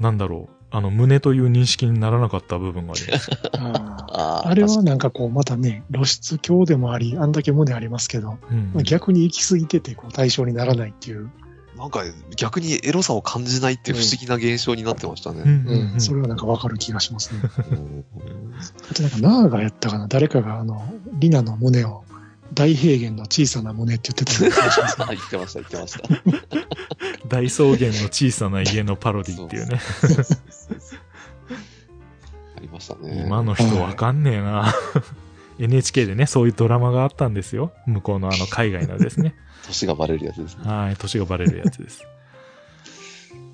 Speaker 1: なんだろう、あの、胸という認識にならなかった部分があります。
Speaker 3: あー
Speaker 2: あー
Speaker 3: あれ
Speaker 2: 確
Speaker 3: は
Speaker 2: か
Speaker 3: なんかこう、またね、露出狂でもあり、あんだけ胸ありますけど、
Speaker 1: うん
Speaker 3: まあ、逆に行き過ぎてて、こう、対象にならないっていう、
Speaker 2: なんか逆にエロさを感じないっていう不思議な現象になってました
Speaker 1: う
Speaker 2: ね。
Speaker 1: んうんうん
Speaker 3: それはなんかわかる気が しますね。
Speaker 2: うん
Speaker 3: あとなんか、ナーがやったかな、誰かが、あの、リナの胸を、大平原の小さな胸って言っ てたような気がします
Speaker 2: あ言ってました、言ってました。
Speaker 1: 大草原の小さな家のパロディっていうね。
Speaker 2: ありましたね。
Speaker 1: 今の人わかんねえな。NHK でね、そういうドラマがあったんですよ。向こうのあの海外のですね。
Speaker 2: 年がバレるやつですね。
Speaker 1: はい、年がバレるやつです。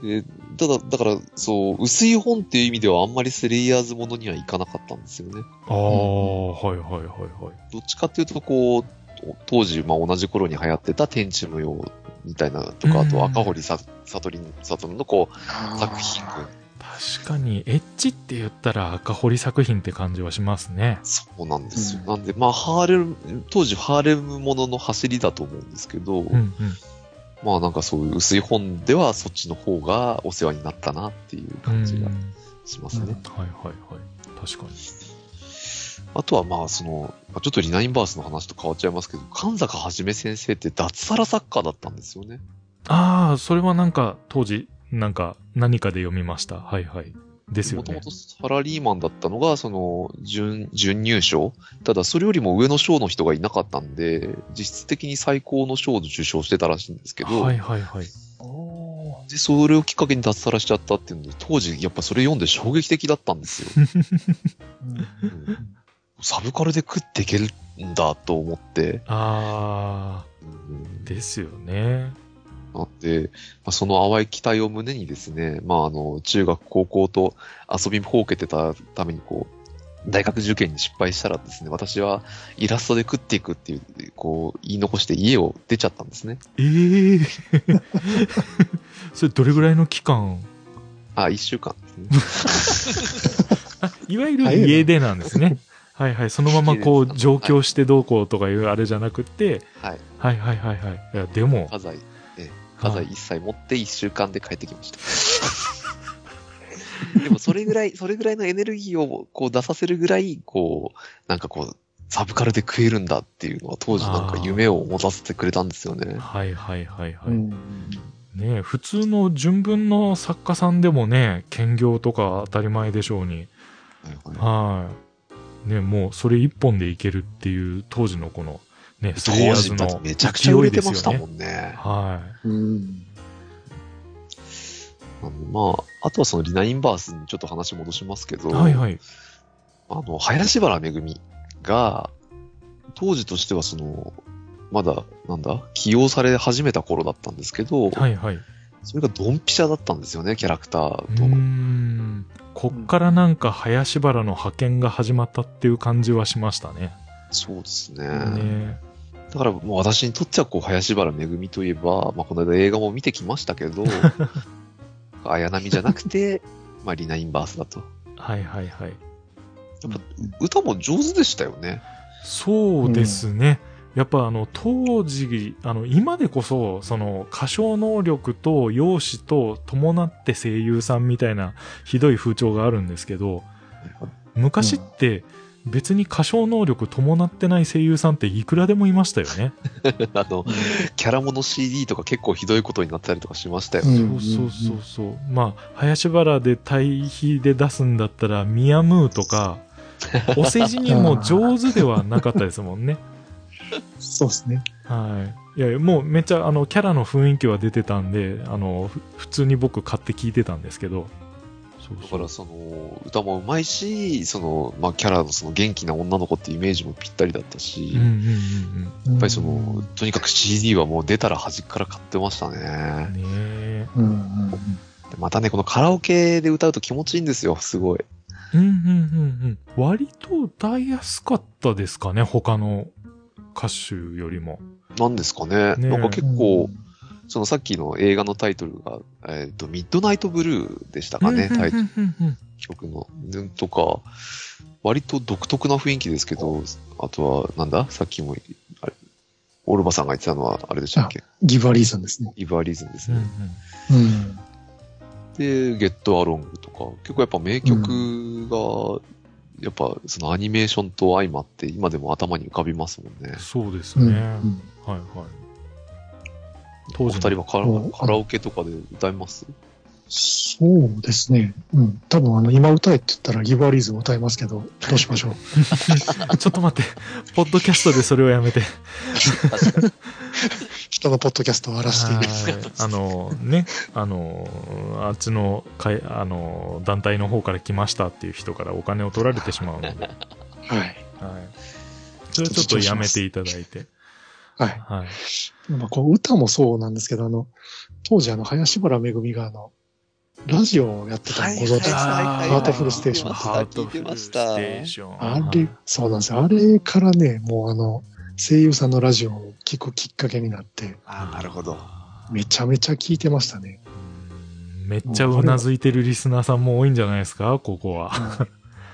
Speaker 2: でただ、だから、そう、薄い本っていう意味ではあんまりスレイヤーズものにはいかなかったんですよね。
Speaker 1: ああ、はいはいはいはい。
Speaker 2: どっちかっていうと、こう、当時、まあ、同じ頃に流行ってた天地無用みたいなとか、あ
Speaker 1: うん
Speaker 2: と赤堀ささとりんさとりのこう、作品群
Speaker 1: 確かに、エッチって言ったら赤堀作品って感じはしますね。
Speaker 2: そうなんですよ。
Speaker 3: うん
Speaker 2: なんで、まあ、ハーレム、当時ハーレムものの走りだと思うんですけど、
Speaker 1: うん
Speaker 2: まあ、なんかそういう薄い本ではそっちの方がお世話になったなっていう
Speaker 1: うん。
Speaker 2: 感じが
Speaker 1: うん
Speaker 2: しますね。
Speaker 3: うん
Speaker 1: はいはいはい。確かに。
Speaker 2: あとはまあその、まあちょっとリナインバースの話と変わっちゃいますけど、神坂はじめ先生って脱サラ作家だったんですよね。
Speaker 1: ああ、それはなんか、当時、なんか、何かで読みました。はいはい。ですよ
Speaker 2: もと
Speaker 1: ね
Speaker 2: も。とサラリーマンだったのが、その、準、準入賞ただそれよりも上の賞の人がいなかったんで、実質的に最高の賞を受賞してたらしいんですけど、
Speaker 1: はいはいはい。
Speaker 3: お
Speaker 2: で、それをきっかけに脱サラしちゃったっていうので、当時やっぱそれ読んで衝撃的だったんですよ。
Speaker 3: ー
Speaker 2: うんサブカルで食っていけるんだと思って、
Speaker 1: あ
Speaker 2: うん
Speaker 1: あ、ですよね。
Speaker 2: なって、まあ、その淡い期待を胸にですね、まあ、あの、中学、高校と遊びほうけてたために、こう、大学受験に失敗したらですね、私はイラストで食っていくっていう、こう、言い残して家を出ちゃったんですね。
Speaker 1: ええ それ、どれぐらいの期間
Speaker 2: あ、一週間ですね。
Speaker 1: あいわゆる家出なんですね。 はいはい。そのままこう、上京してどうこうとかいうあれじゃなくて、
Speaker 2: はい。
Speaker 1: はいはいはいはい。いや、でも、
Speaker 2: 家財、家財一切持って一週間で帰ってきました。 でもそれぐらい、それぐらいのエネルギーをこう出させるぐらい、こう、なんかこう、サブカルで食えるんだっていうのは当時なんか夢を持たせてくれたんですよね。
Speaker 1: はいはいはいはい。
Speaker 3: うん
Speaker 1: ねえ普通の純文の作家さんでもね、兼業とか当たり前でしょうに。はい。ねもうそれ一本でいけるっていう当時のこの、ね、ス
Speaker 2: 当
Speaker 1: リーヤー
Speaker 2: 時
Speaker 1: ズ
Speaker 2: だって
Speaker 1: の
Speaker 2: めちゃくちゃ売れてました
Speaker 1: 勢いで
Speaker 2: もんね
Speaker 1: すよね。。はい。
Speaker 3: うん
Speaker 2: あのまあ、あとはそのリナインバースにちょっと話戻しますけど、
Speaker 1: はいはい。
Speaker 2: あの、林原めぐみが、当時としてはその、まだ、なんだ、起用され始めた頃だったんですけど、
Speaker 1: はいはい。う
Speaker 2: それがドンピシャだったんですよね、キャラクター
Speaker 1: ー
Speaker 2: と。
Speaker 1: ん。こっからなんか林原の派遣が始まったっていう感じはしましたね。
Speaker 2: そうですね。
Speaker 1: ね
Speaker 2: だからもう私にとってはこう、林原めぐみといえば、まあ、この間映画も見てきました けど、綾波じゃなくて、まあ、リナインバースだと。
Speaker 1: はいはいはい。
Speaker 2: やっぱ歌も上手でしたよね。
Speaker 1: そうですね。やっぱあの当時、あの今でこそその歌唱能力と容姿と伴って声優さんみたいなひどい風潮があるんですけど、昔って別に歌唱能力伴ってない声優さんっていくらでもいましたよね。
Speaker 2: あの、キャラもの CD とか結構ひどいことになったりとかしましたよね。
Speaker 1: そうそうそうそう。まあ、林原で対比で出すんだったら、ミヤムーとか、お世辞にも上手ではなかったですもんね。
Speaker 3: そうですね。
Speaker 1: はい。いや、もうめっちゃ、あの、キャラの雰囲気は出てたんで、あの、ふ普通に僕買って聞いてたんですけど。そう
Speaker 2: だ
Speaker 1: そ
Speaker 2: か
Speaker 1: う。
Speaker 2: らその歌もうまいし、そのまあ、キャラのその元気な女の子ってイメージもぴったりだったし、
Speaker 1: うんうん
Speaker 2: や
Speaker 3: や
Speaker 2: っぱりその、とにかく CD はもう出たら端っから買ってましたね。
Speaker 1: うんうん。ねえ。
Speaker 3: うんうん
Speaker 2: でまたね、このカラオケで歌うと気持ちいいんですよ、すごい。
Speaker 1: うんうんうんうん。割と歌いやすかったですかね、他の歌手よりも。
Speaker 2: なんですか
Speaker 1: ね
Speaker 2: ね。
Speaker 1: え
Speaker 2: なんか
Speaker 3: うん
Speaker 2: 結構、そのさっきの映画のタイトルが、えっ、と、ミッドナイトブルーでしたかね、タイト
Speaker 1: う
Speaker 2: ル
Speaker 1: んうんうんうん
Speaker 2: 曲の。うんとか、割と独特な雰囲気ですけど、あとは、なんださっきも、あれ、オルバさんが言ってたのは、あれでしたっけ
Speaker 3: ギブアリーさんですね。
Speaker 2: イヴァリズムです
Speaker 1: うんう
Speaker 2: ね。
Speaker 1: ん。
Speaker 3: うん。
Speaker 2: で、ゲットアロングとか、結構やっぱ名曲が、やっぱそのアニメーションと相まって、今でも頭に浮かびますもんね。
Speaker 1: そうです
Speaker 3: う
Speaker 1: ね。
Speaker 3: ん
Speaker 1: はいはい。
Speaker 2: お
Speaker 1: 当時
Speaker 2: 二
Speaker 1: の
Speaker 2: 人はカラ
Speaker 3: うん
Speaker 2: カラオケとかで歌います
Speaker 3: そうですね。うん。多分あの、今歌えって言ったらギブアリーズを歌いますけど、どうしま しょう。
Speaker 1: ちょっと待って、ポッドキャストでそれをやめて。
Speaker 3: 人のポッドキャストを荒らしている。
Speaker 1: はいあのね、あの、あっちのかいあの団体の方から来ましたっていう人からお金を取られてしまうので、 はい、
Speaker 3: はい。
Speaker 1: それはちょっとやめていただいて。
Speaker 3: はい。
Speaker 1: はい、
Speaker 3: まあ、この歌もそうなんですけど、あの、当時あの、林原めぐみがあの、ラジオをやってたのご存知ですか
Speaker 1: はい
Speaker 3: ハートフルステーション
Speaker 2: ハートフルステ
Speaker 1: ハートフル
Speaker 2: ーシ
Speaker 1: ション
Speaker 3: あれ、そうなんですよ。あれからね、もうあの、声優さんのラジオを聞くきっかけになって、
Speaker 2: ああ、なるほど。
Speaker 3: めちゃめちゃ聞いてました ね。
Speaker 1: うんめっちゃうなずいてるリスナーさんも多いんじゃないですか、ここは。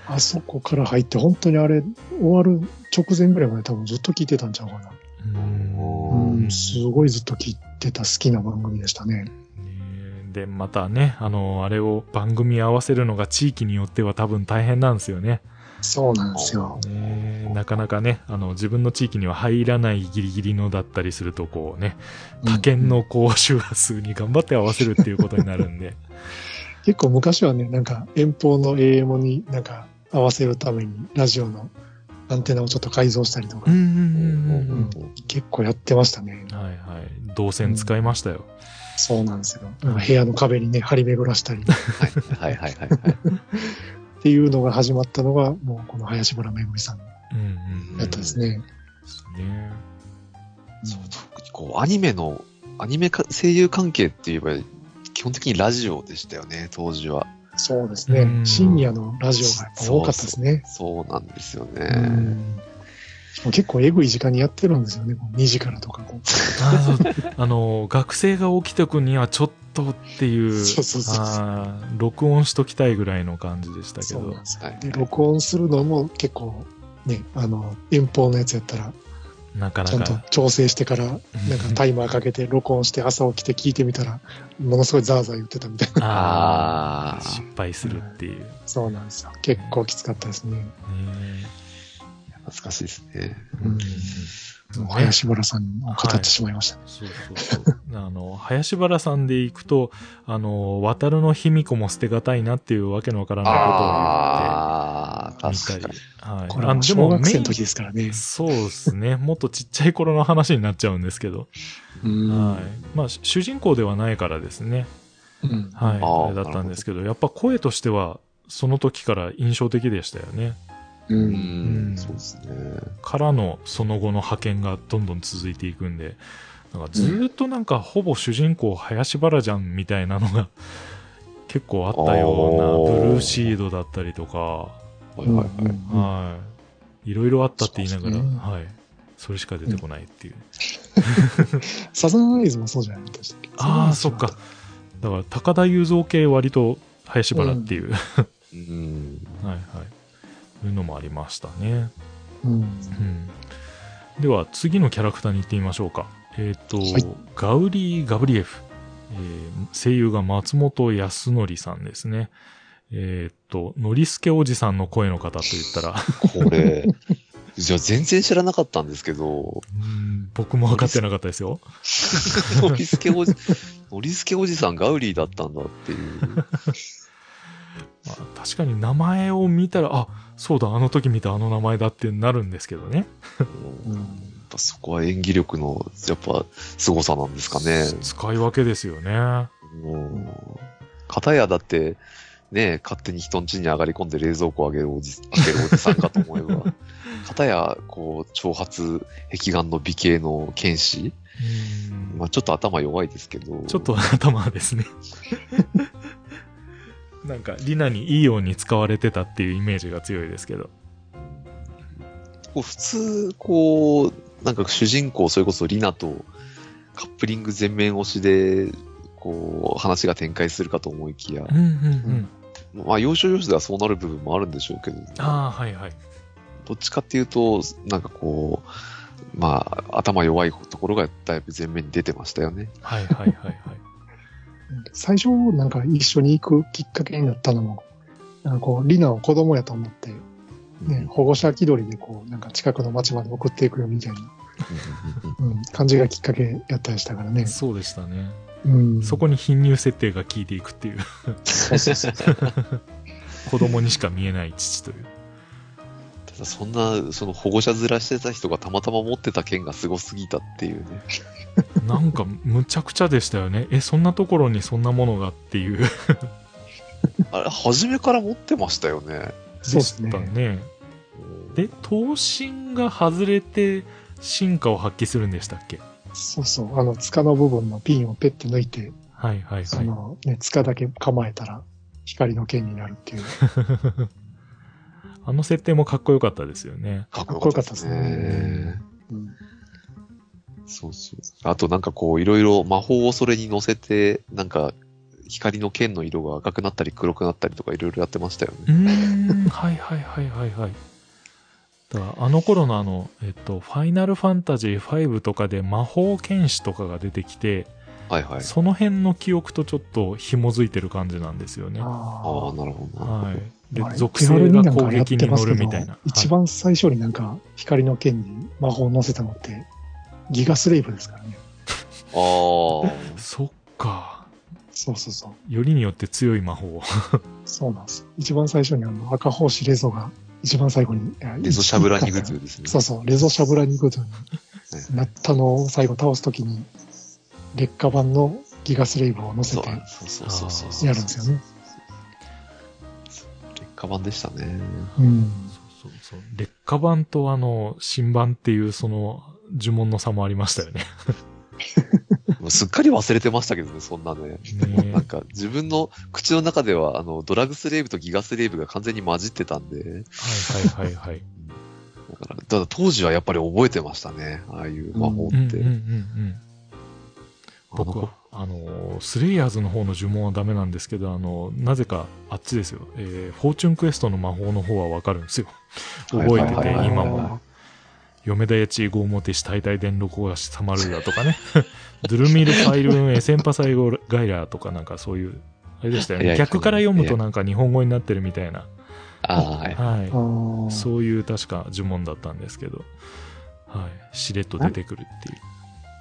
Speaker 3: あそこから入って、本当にあれ、終わる直前ぐらいまで多分ずっと聞いてたんちゃうかな。
Speaker 1: うん
Speaker 3: うん、すごいずっと聞いてた好きな番組でしたね。
Speaker 1: ねで、またね、あの、あれを番組合わせるのが地域によっては多分大変なんですよね。
Speaker 3: そうなんですよ。
Speaker 1: ねなかなかね、あの、自分の地域には入らないギリギリのだったりすると、こうね、他県のこう、周波数に頑張って合わせるっていうことになるんで。
Speaker 3: 結構昔はね、なんか遠方の AM になんか合わせるためにラジオのアンテナをちょっと改造したりとか、
Speaker 1: ん
Speaker 2: うん
Speaker 3: 結構やってましたね。
Speaker 1: はいはい。動線使いましたよ。
Speaker 3: そうなんですよ。なんか部屋の壁にね、張り巡らしたりっ
Speaker 2: はいはいはいはい。
Speaker 3: ていうのが始まったのが、もうこの林村めぐみさん
Speaker 1: うんうんうん。
Speaker 3: だったですね。
Speaker 1: ですね。
Speaker 2: そう特にこうアニメの、アニメか声優関係って言えば、基本的にラジオでしたよね、当時は。
Speaker 3: そうです
Speaker 1: う
Speaker 3: ね。
Speaker 1: ん
Speaker 3: 深夜のラジオがやっぱ多かったですね。
Speaker 2: そうなんですよ
Speaker 3: う
Speaker 2: ね。
Speaker 3: ん結構えぐい時間にやってるんですよね。こう2時からとかこう。
Speaker 1: あそうあの、学生が起きてくにはちょっとっていう、
Speaker 3: そうそうそうそう
Speaker 1: あー録音しときたいぐらいの感じでしたけ
Speaker 3: そう
Speaker 1: ど
Speaker 3: なん。ですよ
Speaker 2: はい
Speaker 3: で録音するのも結構ねあの遠方のやつやったら
Speaker 1: なかな
Speaker 3: ちゃんと
Speaker 1: か。
Speaker 3: 調整してから、なんかタイマーかけて録音して朝起きて聞いてみたら、ものすごいザーザー言ってたみ たいな。
Speaker 1: あ
Speaker 2: あ
Speaker 1: あ。失敗するっていう。ね
Speaker 3: そうなんですよ。結構きつかったですね。
Speaker 2: あ。懐かしいですね。
Speaker 3: うん。もう林原さんを語
Speaker 1: は
Speaker 3: っ
Speaker 1: い
Speaker 3: てしまいましたね。
Speaker 1: そうそうそう あの林原さんで行くとあの渡るの卑弥呼も捨てがたいなっていうわけのわからな
Speaker 2: ああ、
Speaker 1: いことを言っ
Speaker 2: 確
Speaker 1: て
Speaker 2: か
Speaker 1: み
Speaker 2: に。
Speaker 1: たり、はい、
Speaker 3: これは
Speaker 1: あ
Speaker 3: もう
Speaker 1: で
Speaker 3: 小
Speaker 1: も
Speaker 3: 学生
Speaker 1: メイン
Speaker 3: の時ですからね。
Speaker 1: そうですね もっとちっちゃい頃の話になっちゃうんですけど、
Speaker 3: うん。
Speaker 1: はいまあ、主人公ではないからですね、
Speaker 3: うん
Speaker 1: はい、
Speaker 2: あー
Speaker 1: あれだったんですけどやっぱ声としてはその時から印象的でしたよね
Speaker 3: う。
Speaker 2: うん
Speaker 1: うん
Speaker 2: ん、そうですね。
Speaker 1: からのその後の派遣がどんどん続いていくんでなんかずーっとなんかほぼ主人公林原じゃんみたいなのが結構あったような
Speaker 2: おー
Speaker 1: ブルーシードだったりとか、
Speaker 2: はいはいはい。
Speaker 3: うん
Speaker 1: はい、いろいろあったって言いながら、
Speaker 3: そうですね
Speaker 1: はい、それしか出てこないっていう、
Speaker 3: サザンアイズもそうじゃないでしたっけ
Speaker 1: ああそっか。だから高田雄三系割と林原っていう、
Speaker 2: うん。
Speaker 1: はいはいそういうのもありましたね、
Speaker 3: うん。
Speaker 1: うん、では次のキャラクターに行ってみましょうかえっ、と、
Speaker 3: はい
Speaker 1: ガウリー・ガブリエフ、えー声優が松本康則さんですねえっ、とノリスケおじさんの声の方と言ったら
Speaker 2: これ、 じゃあ全然知らなかったんですけど、
Speaker 1: うん僕も分かってなかったですよ
Speaker 2: ノリスケ おじ、ノリスケおじさんガウリーだったんだっていう。
Speaker 1: まあ確かに名前を見たらあそうだあの時見たあの名前だってなるんですけどね
Speaker 3: うん
Speaker 2: やっぱそこは演技力の、やっぱ、凄さなんですかね。
Speaker 1: 使い分けですよね
Speaker 2: うん。片やだって、ね、勝手に人ん家に上がり込んで冷蔵庫を開けるおじ開けるおじさんかと思えば、 片や、こう、挑発、壁眼の美形の剣士、
Speaker 1: うん
Speaker 2: まあちょっと頭弱いですけど、
Speaker 1: ちょっと頭ですね。 なんか、リナにいいように使われてたっていうイメージが強いですけど。
Speaker 2: こう普通、こう、なんか主人公、それこそリナとカップリング全面推しで、こう、話が展開するかと思いきや、
Speaker 1: んうん
Speaker 3: ん。
Speaker 2: まあ、要所要所ではそうなる部分もあるんでしょうけど、
Speaker 1: ああ、はいはい。
Speaker 2: どっちかっていうと、なんかこう、まあ、頭弱いところがだいぶ前面に出てましたよね。
Speaker 1: はいはいはいはい。
Speaker 3: 最初なんか一緒に行くきっかけになったのも、なんかこう、リナを子供やと思って、ね、保護者気取りでこう、なんか近くの町まで送っていくよみたいな、うん、感じがきっかけやったりしたから ね。
Speaker 1: そうでしたね。
Speaker 3: うん。
Speaker 1: そこに貧乳設定が効いていく っていう。
Speaker 2: そうそうそう
Speaker 1: 子供にしか見えない父という。
Speaker 2: ただそんな、その保護者ずらしてた人がたまたま持ってた剣がすごすぎたっていう ね。
Speaker 1: なんか、むちゃくちゃでしたよね。え、そんなところにそんなものがっていう。で
Speaker 2: あれ、初めから持ってましたよね。
Speaker 3: そうです
Speaker 1: した
Speaker 3: ね。
Speaker 1: ね。で、刀身が外れて、進化を発揮するんでしたっけ
Speaker 3: そうそう。あの、塚の部分のピンをペッて抜いて、
Speaker 1: はいはいは
Speaker 3: そ
Speaker 1: い。
Speaker 3: の、ね、塚だけ構えたら、光の剣になるっていう。
Speaker 1: あの設定もかっこよかったですよね。
Speaker 2: かっ
Speaker 3: こよかったです
Speaker 1: ね。
Speaker 3: うん
Speaker 2: そうそう。あとなんかこう、いろいろ魔法をそれに乗せて、なんか、光の剣の色が赤くなったり黒くなったりとかいろいろやってましたよ
Speaker 1: う
Speaker 2: ね。
Speaker 1: ーん、 はいはいはいはいはい。だからあの頃のあの、えっと、ファイナルファンタジー5とかで魔法剣士とかが出てきて、
Speaker 2: はいはい。
Speaker 1: その辺の記憶とちょっと紐づいてる感じなんですよね。は
Speaker 2: ああ、
Speaker 3: あ
Speaker 2: なるほどな。
Speaker 1: い。
Speaker 3: ー。
Speaker 1: で
Speaker 3: あ、れ
Speaker 1: 属性が攻撃に乗るみたいな。
Speaker 3: 一番最初になんか、光の剣に魔法を乗せたのって、ギガスレイブですからね。
Speaker 2: あー
Speaker 1: はいそっか。
Speaker 3: そうそうそう。
Speaker 1: よりによって強い魔法。
Speaker 3: そうなんです。一番最初にあの赤宝石レゾが一番最後に、いや
Speaker 2: レゾシャブラニグズですね。
Speaker 3: そうそう、レゾシャブラニグズになったのを最後倒すときに、劣化版のギガスレイブを乗せ
Speaker 2: そう
Speaker 3: てや
Speaker 2: そうそうそうそう。
Speaker 3: るんですよね。
Speaker 2: 劣化版でしたね。
Speaker 3: うん。
Speaker 1: そうそうそう。劣化版とあの、新版っていうその呪文の差もありましたよ ね。
Speaker 2: もうすっかり忘れてましたけどね、そんな ね。
Speaker 1: ね
Speaker 2: なんか自分の口の中ではあのドラグスレーブとギガスレーブが完全に混じってたんで、
Speaker 1: はいはいはいはい。
Speaker 2: だから、ただ当時はやっぱり覚えてましたね、ああいう魔法っ
Speaker 1: う
Speaker 2: て。
Speaker 1: んうんうんうん。僕は
Speaker 2: あ
Speaker 1: あのスレイヤーズの方の呪文はダメなんですけどあのなぜかあっちですよ、えーフォーチュンクエストの魔法の方はわかるんですよ
Speaker 2: はい
Speaker 1: 覚えて
Speaker 2: はい
Speaker 1: て
Speaker 2: はいはい
Speaker 1: 今も嫁田やち合モテし大体電録がしたまるだとかね。 ドゥルミルパイルンエセンパサイゴガイラーとかなんかそういう、あれでしたよ
Speaker 2: いや
Speaker 1: ね。
Speaker 2: いや
Speaker 1: 逆から読むとなんか日本語になってるみたいな。
Speaker 2: ああ、はい。
Speaker 1: はい。
Speaker 3: ああ。
Speaker 1: そういう確か呪文だったんですけど、はい、しれっと出てくるっていう。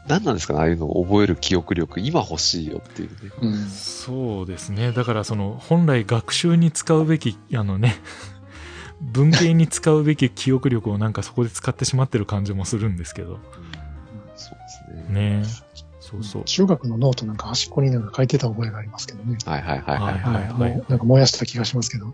Speaker 2: 何なんですかね、ああいうのを覚える記憶力、今欲しいよっていうね。
Speaker 3: うん。
Speaker 1: そうですね。だからその本来学習に使うべき、あのね、 文献に使うべき記憶力をなんかそこで使ってしまってる感じもするんですけど。
Speaker 2: そうですね。
Speaker 1: ねそうそう。
Speaker 3: 中学のノートなんか端っこになんか書いてた覚えがありますけどね。
Speaker 2: はいはいはいはい。
Speaker 1: はいはいはい
Speaker 3: もうなんか燃やした気がしますけど。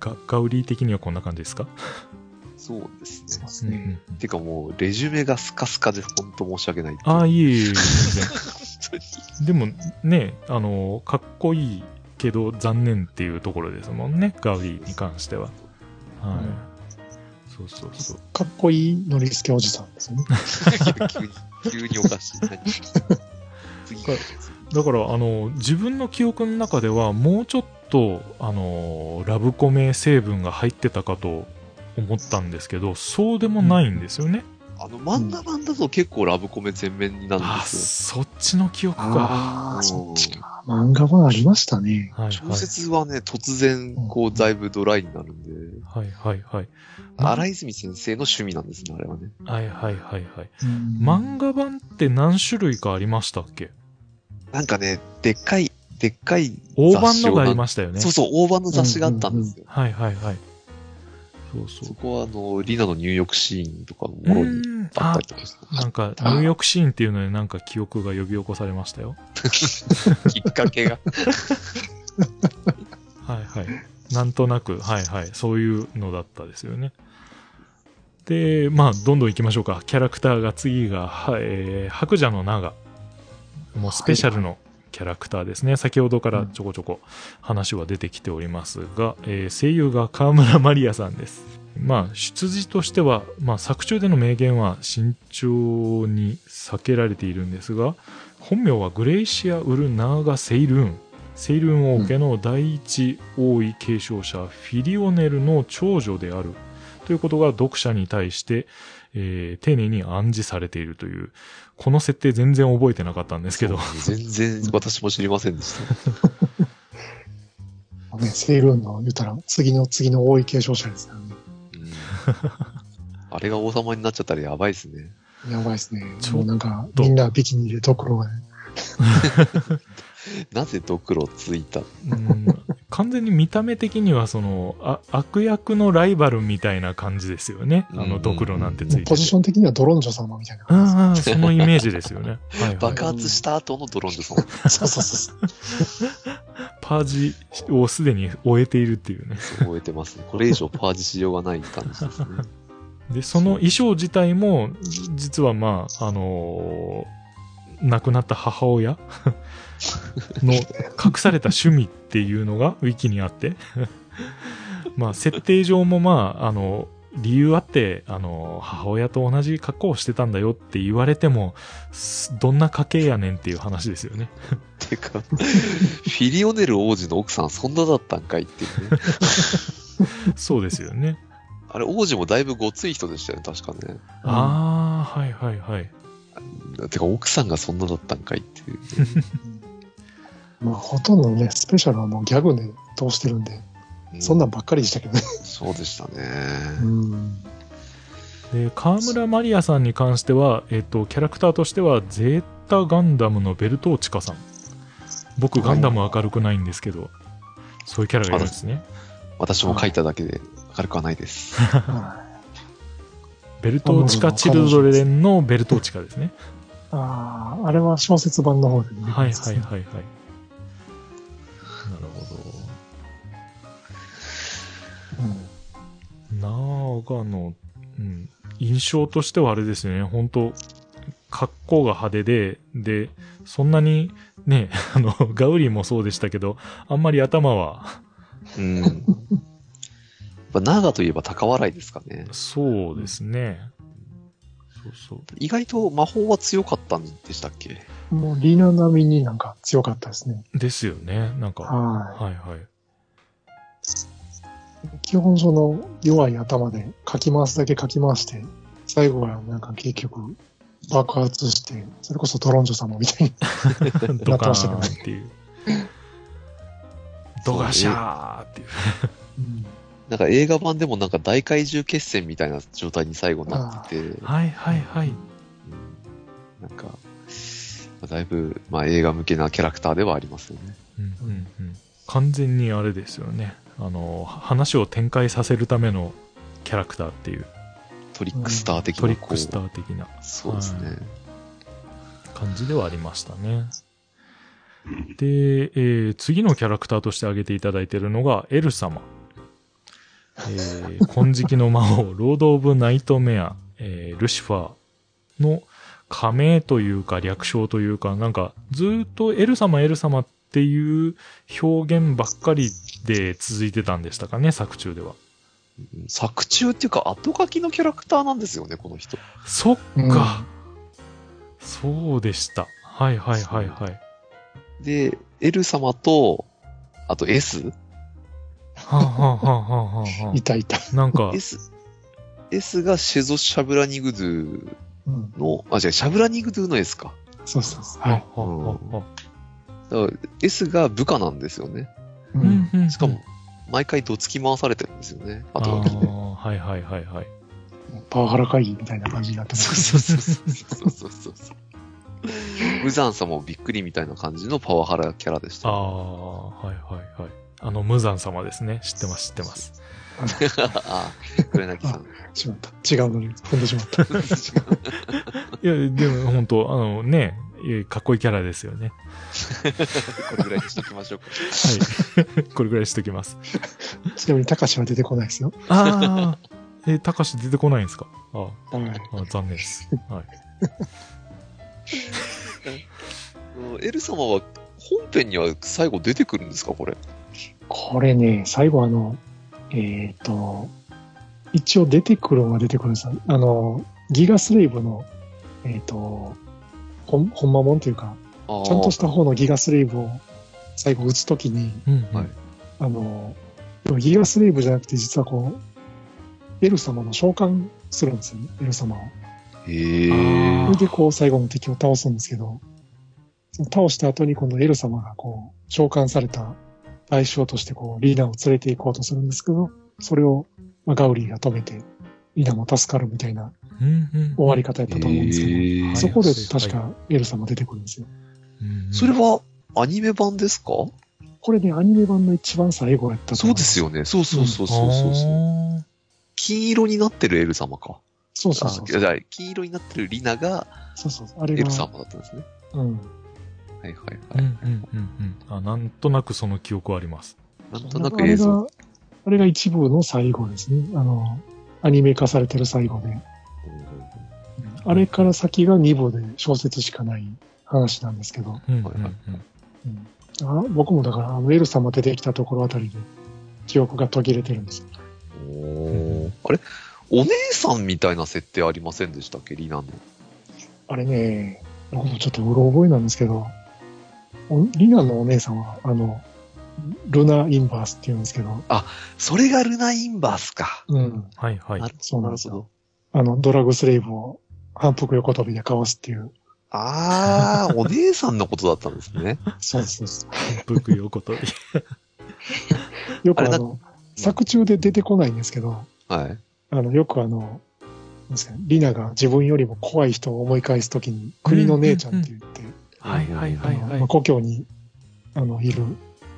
Speaker 1: がガウリー的にはこんな感じですか、
Speaker 2: そうです
Speaker 3: そう
Speaker 2: ね
Speaker 3: で。す
Speaker 1: うんう
Speaker 3: ね。
Speaker 1: ん
Speaker 2: てかもう、レジュメがスカスカで、本当申し訳ないっていう。
Speaker 1: ああ、いえいえいえ、全然。
Speaker 2: 本
Speaker 1: でもね、あの、かっこいいけど残念っていうところですもんね、ガウリーに関しては。はい。そうそうそう。
Speaker 3: かっこいいノリスケおじさん ですよね。
Speaker 2: 当に急に、急におかしい。何次
Speaker 1: これだからあの自分の記憶の中ではもうちょっとあのラブコメ成分が入ってたかと思ったんですけどそうでもないんですよね、
Speaker 2: あの、漫画版だと結構ラブコメ全面になるん
Speaker 1: あ
Speaker 2: です
Speaker 1: そっちの記憶か
Speaker 3: あ
Speaker 2: よ。
Speaker 3: あ、そっち
Speaker 2: うん
Speaker 3: か。漫画版ありましたね。
Speaker 1: はい
Speaker 2: 小
Speaker 1: は
Speaker 2: 説はね、突然、こう、だいぶドライになるんで、
Speaker 1: いはいはいはいま
Speaker 2: 荒泉先生の趣味なんですね、あれはね。
Speaker 1: はいはいはいはい
Speaker 3: うん
Speaker 1: 漫画版って何種類かありましたっけ
Speaker 2: なんかね、でっかい、でっかい
Speaker 1: 大判のがあり
Speaker 2: す
Speaker 1: ましたよね
Speaker 2: そうそう、大判の雑誌があったんですよ。
Speaker 1: はいはいはいそうそ
Speaker 2: そうこは、あの、リナの入浴シーンとかも
Speaker 1: う
Speaker 2: ろに
Speaker 1: ーん
Speaker 2: あっ
Speaker 1: あ
Speaker 2: たりとかして
Speaker 1: なんか入浴シーンっていうのでなんか記憶が呼び起こされましたよ
Speaker 2: きっかけが。
Speaker 1: はいはい。なんとなく、はいはい。そういうのだったですよね。で、まあ、どんどん行きましょうか。キャラクターが次が、はえー白蛇の長。もうスペシャルのキャラクターですね。先ほどからちょこちょこ話は出てきておりますが、えー声優が川村マリアさんです。まあ、出自としては、まあ、作中での名言は慎重に避けられているんですが、本名はグレイシア・ウル・ナーガ・セイルーン。セイルーン王家の第一王位継承者、フィリオネルの長女であるということが読者に対して、えー丁寧に暗示されているという、この設定全然覚えてなかったんですけど、
Speaker 2: 全然私も知りませんでした。
Speaker 3: ね、セイルーンの言ったら、次の次の王位継承者ですからね。
Speaker 2: うんあれが王様になっちゃったらやばいですね。
Speaker 3: やばいですね。
Speaker 1: ちょっと
Speaker 3: もうなんか、みんなビキニでドクロがね。
Speaker 2: なぜドクロついた
Speaker 1: うん 完全に見た目的にはそのあ悪役のライバルみたいな感じですよね。あ
Speaker 2: うん
Speaker 1: の、ドクロなんてつい
Speaker 3: も
Speaker 1: て
Speaker 3: う
Speaker 1: て。
Speaker 3: ポジション的にはドロンジョ様 みたいな
Speaker 1: う
Speaker 3: 感じ
Speaker 1: んうん、そのイメージですよね。 はいはい
Speaker 2: 爆発した後のドロンジョ様。
Speaker 3: です。 そうそうそうそう。
Speaker 1: パージをすでに終えているっていうね。
Speaker 2: 覚えてますね。これ以上パージしようがない感じ ですね。
Speaker 1: で、その衣装自体も、実はまあ、あのー亡くなった母親の隠された趣味っていうのがウィキにあって、 まあ、設定上もまあ、あの、理由あって、あの、母親と同じ格好をしてたんだよって言われても、すどんな家系やねんっていう話ですよね。
Speaker 2: てか、フィリオネル王子の奥さんそんなだったんかいっていうね。
Speaker 1: そうですよね。
Speaker 2: あれ王子もだいぶごつい人でしたよね、確かね。
Speaker 1: ああ、はいはいはい。
Speaker 2: てか奥さんがそんなだったんかいっていう。
Speaker 3: まあ、ほとんどね、スペシャルはもうギャグで通してるんで、そんなんばっかりでしたけ どね。
Speaker 2: そうでしたね。
Speaker 3: うん。
Speaker 1: で川村マリアさんに関しては、えっとキャラクターとしてはゼータガンダムのベルトーチカさん僕ガンダム明るくないんですけど、そういうキャラがいるんですね
Speaker 2: 私も書いただけで明るくはないです。
Speaker 3: はい
Speaker 1: ベルトーチカチルドレンのベルトーチカですね
Speaker 3: ああ、あれは小説版の方でね。
Speaker 1: はいはいはいはいなるほ
Speaker 3: うん
Speaker 1: ど長野、うん、印象としてはあれですよね本当格好が派手ででそんなにね あのガウリもそうでしたけどあんまり頭は
Speaker 2: うん。やっぱ長といえば高笑いですかね。
Speaker 1: そうですね。そう
Speaker 2: 意外と魔法は強かったんでしたっけ
Speaker 3: もうリナ並みになんか強かったですね。
Speaker 1: そう。ですよね。なんか。
Speaker 3: は
Speaker 1: はいはい。
Speaker 3: 基本その弱い頭でかき回すだけかき回して、最後はなんか結局爆発して、それこそトロンジョ様みたいに。
Speaker 1: ドカーンって いう。ドガシャーっていう。
Speaker 3: うん
Speaker 2: なんか映画版でもなんか大怪獣決戦みたいな状態に最後なってて、
Speaker 1: はいはいはい。
Speaker 2: なんか、まあだいぶ、まあ、映画向けなキャラクターではありますよね。
Speaker 1: うんうんうん、完全にあれですよねあの話を展開させるためのキャラクターっていう
Speaker 2: トリックスター的な、
Speaker 1: トリックスタ
Speaker 2: ー。
Speaker 1: ー的な
Speaker 2: そうですね。
Speaker 1: 感じではありましたねで、えー次のキャラクターとして挙げていただいているのがエル様、えー金色の魔王ロード・オブ・ナイトメア、えールシファーの仮名というか略称というかなんかずーっとエル様エル様っていう表現ばっかりで続いてたんでしたかね作中では
Speaker 2: うん作中っていうか、後書きのキャラクターなんですよね、この人。
Speaker 1: そっ
Speaker 3: うん
Speaker 1: か、そうでしたはいはいはいはい
Speaker 2: で、L 様と、あと S?S、
Speaker 1: はあ、はあはあはあはあ
Speaker 3: いたいた。
Speaker 1: なんか
Speaker 2: S, S がシェゾ・シャブラニグドゥ
Speaker 3: うん。
Speaker 2: の、あ、違う、シャブラニグドゥの S か。
Speaker 3: そうそうそう。はい。
Speaker 1: はあはあは
Speaker 2: だから S が部下なんですよね。
Speaker 3: う
Speaker 1: あうん
Speaker 3: ん。
Speaker 1: うん
Speaker 2: しかも、毎回どつき回されてるんですよね。あ
Speaker 1: あ
Speaker 2: と、
Speaker 1: ーはいはいはいはい
Speaker 3: パワハラ会議みたいな感じになってま
Speaker 2: そ
Speaker 3: す。
Speaker 2: うそうそうそうそうそうそう。無惨さんもびっくりみたいな感じのパワハラキャラでし
Speaker 1: あ
Speaker 2: た。
Speaker 1: あはいはいはいあの無惨様ですね知ってます知ってます
Speaker 2: あー、黒柳さん。
Speaker 3: しまった。違うのに踏んでしま った。
Speaker 1: いやでも本当あのねえかっこいいキャラですよね
Speaker 2: これぐらいにしときましょうか。
Speaker 1: はい これぐらいしときます
Speaker 3: ちなみに、たかしは出てこないですよ。
Speaker 1: ああえたかし出てこないんですかあー
Speaker 3: はい。
Speaker 1: あー残念ですはい
Speaker 2: うんエル様は本編には最後出てくるんですか、これ。
Speaker 3: これね、最後あの、えっ、と、一応出てくるのは出てくるんですよあの、ギガスレイブの、えっ、と、ほん、ほんまもんというか、
Speaker 2: ああ
Speaker 3: ちゃんとした方のギガスレイブを最後打つときに、
Speaker 1: うん
Speaker 2: はい
Speaker 3: あの、ギガスレイブじゃなくて実はこう、エル様の召喚するんですよね、エル様を。
Speaker 2: へ
Speaker 1: あ
Speaker 3: そ
Speaker 1: ー
Speaker 2: え。
Speaker 3: れでこう最後の敵を倒すんですけど、その倒した後に今度エル様がこう召喚された代償としてこうリーナを連れて行こうとするんですけど、それをまあガウリーが止めて、リーナも助かるみたいな
Speaker 1: うんうん
Speaker 3: 終わり方やったと思うんですけど、
Speaker 2: へえ
Speaker 3: そこで確かエル様出てくるんですよ。
Speaker 1: うんうん
Speaker 2: それはアニメ版ですか
Speaker 3: これね、アニメ版の一番最後やったと
Speaker 2: そ
Speaker 3: 思
Speaker 2: うですよね。そうそうそう
Speaker 1: あ
Speaker 2: そうそうそう。
Speaker 1: ー
Speaker 2: 金色になってるエル様か。
Speaker 3: そうそう
Speaker 2: あ
Speaker 3: そう
Speaker 2: いや。だから金色になってるリナが
Speaker 3: そうそうそう。あれ
Speaker 2: エ
Speaker 3: が
Speaker 2: ル、様だったんですね。
Speaker 3: うん。
Speaker 2: はいは
Speaker 1: うんう
Speaker 2: いはい。
Speaker 1: んうんうんあなんとなくその記憶はあります
Speaker 2: なんとな
Speaker 3: あ
Speaker 2: く
Speaker 3: れ
Speaker 2: 映像。
Speaker 3: が、あれが一部の最後ですね。あの、アニメ化されてる最後で。あれから先が2部で小説しかない話なんですけど、
Speaker 1: うんうん
Speaker 2: はいはい
Speaker 1: うん
Speaker 3: うんあ僕もだから、あの、エル様出てきたところあたりで、記憶が途切れてるんですよ。
Speaker 2: おーあれお姉さんみたいな設定ありませんでしたっけリナの。
Speaker 3: あれね、僕もちょっとうろ覚えなんですけど、おリナのお姉さんは、あの、ルナ・インバースって言うんですけど、
Speaker 2: それがルナインバースか。
Speaker 3: うん、
Speaker 1: はいはい
Speaker 2: なる
Speaker 3: そう
Speaker 2: な
Speaker 3: な
Speaker 2: る
Speaker 3: んです
Speaker 2: ほ
Speaker 3: よ。
Speaker 2: ど。
Speaker 3: あの、ドラグスレイブを反復横跳びでかわすっていう。
Speaker 2: ああ、お姉さんのことだったんですね。
Speaker 3: そうそうそう。
Speaker 1: ブクヨコトリ
Speaker 3: よく
Speaker 2: あれ
Speaker 3: あ
Speaker 2: だ
Speaker 3: の、作中で出てこないんですけど、
Speaker 2: はい。
Speaker 3: あの、よくあの、なんですかね、リナが自分よりも怖い人を思い返すときに、国の姉ちゃんって言って、
Speaker 1: はいはい
Speaker 3: あ
Speaker 1: はい
Speaker 3: の
Speaker 1: はい
Speaker 3: まあ故郷に、あの、いる、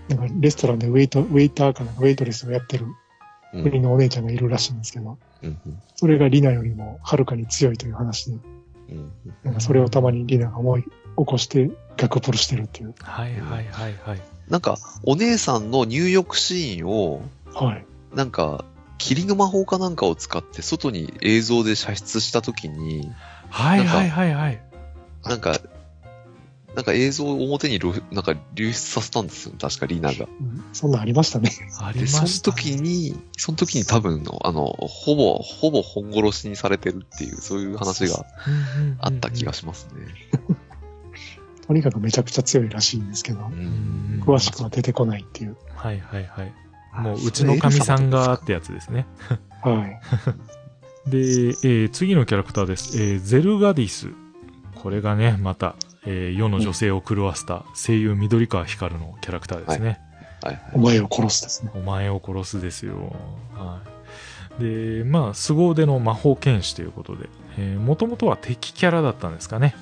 Speaker 3: なんかレストランでウェイト、ウェイターかなんかウェイトレスをやってる
Speaker 2: うん
Speaker 3: 国のお姉ちゃんがいるらしいんですけど、
Speaker 2: うん
Speaker 3: それがリナよりもはるかに強いという話で、
Speaker 2: うんうん
Speaker 3: なんかそれをたまにリナが思い起こして、ガクプルしてるっていう。
Speaker 1: はいはいはいはい
Speaker 2: なんか、お姉さんの入浴シーンを、
Speaker 3: はい。
Speaker 2: なんか、霧の魔法かなんかを使って外に映像で射出したときに、
Speaker 1: はいはいはいはい
Speaker 2: なんか、なんか映像を表にろなんか流出させたんですよ。確かリナが。
Speaker 3: うんそんなんありましたね。
Speaker 1: あり
Speaker 2: で、
Speaker 1: ま
Speaker 2: その
Speaker 1: した
Speaker 2: 時に、その時に多分の、あの、ほぼ、ほぼ本殺しにされてるっていう、そういう話があった気が
Speaker 1: し
Speaker 2: しますね。
Speaker 3: とにかくめちゃくちゃ強いらしいんですけど
Speaker 2: う、
Speaker 1: んうん
Speaker 2: ん。
Speaker 3: 詳しくは出てこないっていう。
Speaker 1: はいはいはいもううちのかみさんがってやつですね。
Speaker 3: はい。
Speaker 1: で、えー次のキャラクターです。えーゼルガディス。これがね、また、えー世の女性を狂わせた声優緑川光のキャラクターですね。
Speaker 2: はい
Speaker 3: お前を殺すですね。
Speaker 1: お前を殺すですよ。はい。で、まあ、凄腕の魔法剣士ということで、もともとは敵キャラだったんですかね。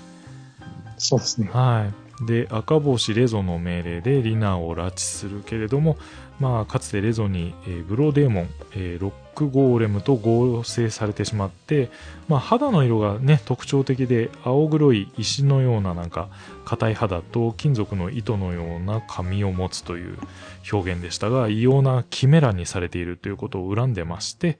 Speaker 3: そうですね。
Speaker 1: はい。で、赤星レゾの命令でリナを拉致するけれども、まあ、かつてレゾに、えーグローデーモン、えーロックゴーレムと合成されてしまって、まあ、肌の色がね、特徴的で、青黒い石のようななんか、硬い肌と金属の糸のような髪を持つという表現でしたが、異様なキメラにされているということを恨んでまして、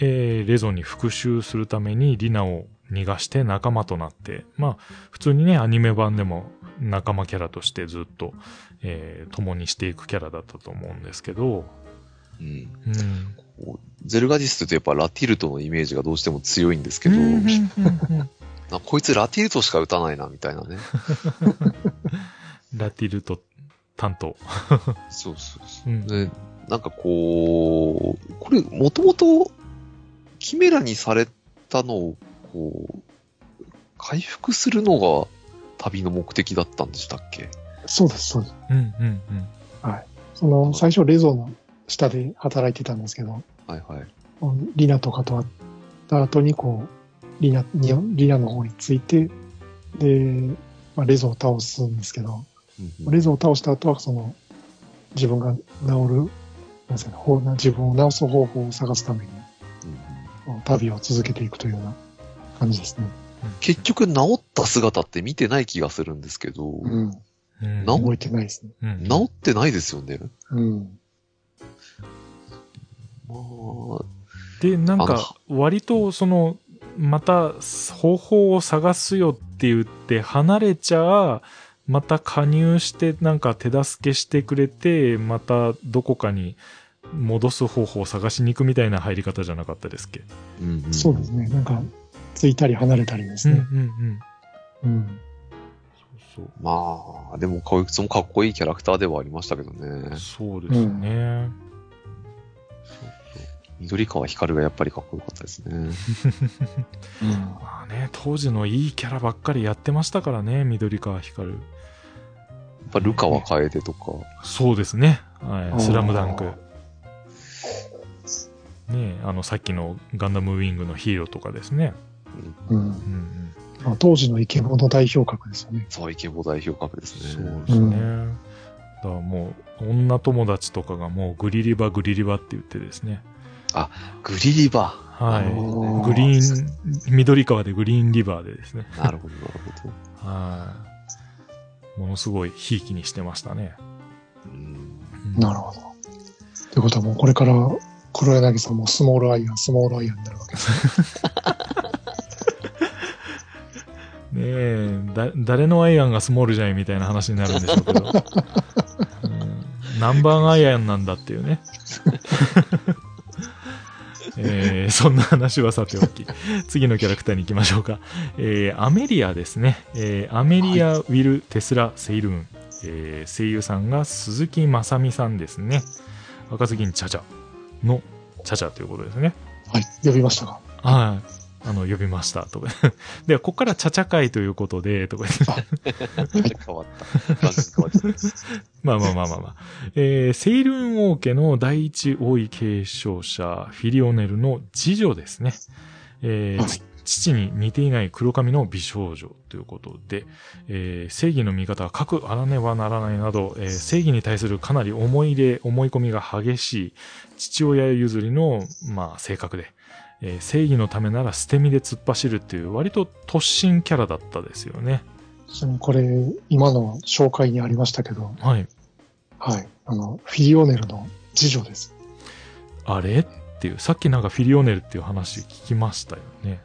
Speaker 1: えーレゾに復讐するためにリナを逃がして仲間となって、まあ、普通にね、アニメ版でも仲間キャラとしてずっと、えー共にしていくキャラだったと思うんですけど、
Speaker 2: うん
Speaker 1: うん。
Speaker 2: ゼルガディスってやっぱラティルトのイメージがどうしても強いんですけど、あこいつラティルトしか打たないなみたいなね。
Speaker 1: ラティルト担当。
Speaker 2: そうそうそうう。
Speaker 1: ん。
Speaker 2: でなんかこう、これもともとキメラにされたのをこう、回復するのが旅の目的だったんでしたっけ
Speaker 3: そうです、そうです。
Speaker 1: うんうんうん。
Speaker 3: その、最初、レゾの下で働いてたんですけど、
Speaker 2: はいはい。
Speaker 3: リナとかと会った後に、こう、リナ、にリナの方について、で、まあ、レゾを倒すんですけど、
Speaker 2: うんうん
Speaker 3: レゾを倒した後は、その、自分が治る、なんですかねほうな自分を治す方法を探すために、こう旅を続けていくというような感じですね。
Speaker 2: 結局治った姿って見てない気がするんですけど、
Speaker 3: うん。
Speaker 1: うん、
Speaker 2: 治
Speaker 3: 覚えてないですね。
Speaker 1: うん
Speaker 2: 治ってないですよね。
Speaker 3: うん。
Speaker 2: まあ、
Speaker 1: で、なん
Speaker 2: あ
Speaker 1: か
Speaker 2: の、
Speaker 1: 割と、その、また、方法を探すよって言って、離れちゃ、また加入して、なんか手助けしてくれて、またどこかに戻す方法を探しに行くみたいな入り方じゃなかったですっけ
Speaker 2: うんん
Speaker 3: そうですね。なんか、ついたり離れたりですね。
Speaker 1: うんうん。
Speaker 3: うん。
Speaker 1: そう
Speaker 2: まあ、でも、こいつもかっこいいキャラクターではありましたけどね
Speaker 1: そう。。そうですね。
Speaker 2: 緑川光がやっぱりかっこよかったですね。
Speaker 1: まあね、当時のいいキャラばっかりやってましたからね、緑川光。
Speaker 2: やっぱルカは楓とか、
Speaker 1: そうですね。
Speaker 3: あ
Speaker 1: は
Speaker 3: ー
Speaker 1: い。スラムダンク。ねえあの、さっきのガンダムウィングのヒーローとかですね。
Speaker 3: う。
Speaker 1: うんん
Speaker 3: まあ、当時のイケボの代表格ですよね。
Speaker 2: 沢井健吾代表格です
Speaker 1: そう
Speaker 2: ね。
Speaker 1: ですね。
Speaker 3: う
Speaker 1: だからもう、女友達とかがもうグリリバグリリバって言ってですね。
Speaker 2: グリリバ
Speaker 1: は
Speaker 2: なるほど
Speaker 1: い。
Speaker 2: ね
Speaker 1: グリーン、緑川でグリーンリバーでですね。
Speaker 2: ー。なるほど、なるほど。
Speaker 1: はい。ものすごいひいきにしてましたね。
Speaker 2: うん
Speaker 1: うん
Speaker 3: なるほど。ということはもうこれから黒柳さんもスモールアイアン、スモールアイアンになるわけです。
Speaker 1: ねえだ誰のアイアンがスモールじゃいみたいな話になるんでしょうけ ど、うん、何番アイアンなんだっていうね、 えーそんな話はさておき次のキャラクターに行きましょうか、えーアメリアですね、えーアメリア・ウィル・テスラ・セイルーン、えー声優さんが鈴木雅美さんですね若杉にチャチャのチャチャということですね
Speaker 3: はい。呼びましたか。
Speaker 1: はい。あの、呼びました、とか。 では、ここからチャチャ会ということで、とか言って。
Speaker 2: 変わった。感じ変わっちゃった。
Speaker 1: まあまあまあまあまあ。えー、セイルーン王家の第一王位継承者、フィリオネルの次女ですね。えー
Speaker 3: はい
Speaker 1: ち父に似ていない黒髪の美少女ということで、えー正義の味方は核あらねばならないなど、えー正義に対するかなり思い入れ、思い込みが激しい父親譲りの、まあ、性格で、えー正義のためなら捨て身で突っ走るっていう割と突進キャラだったですよね。
Speaker 3: ちなみにこれ、今の紹介にありましたけど、
Speaker 1: はい。
Speaker 3: はい。あの、フィリオネルの次女です。
Speaker 1: あれっていう、さっきなんかフィリオネルっていう話聞きましたよね。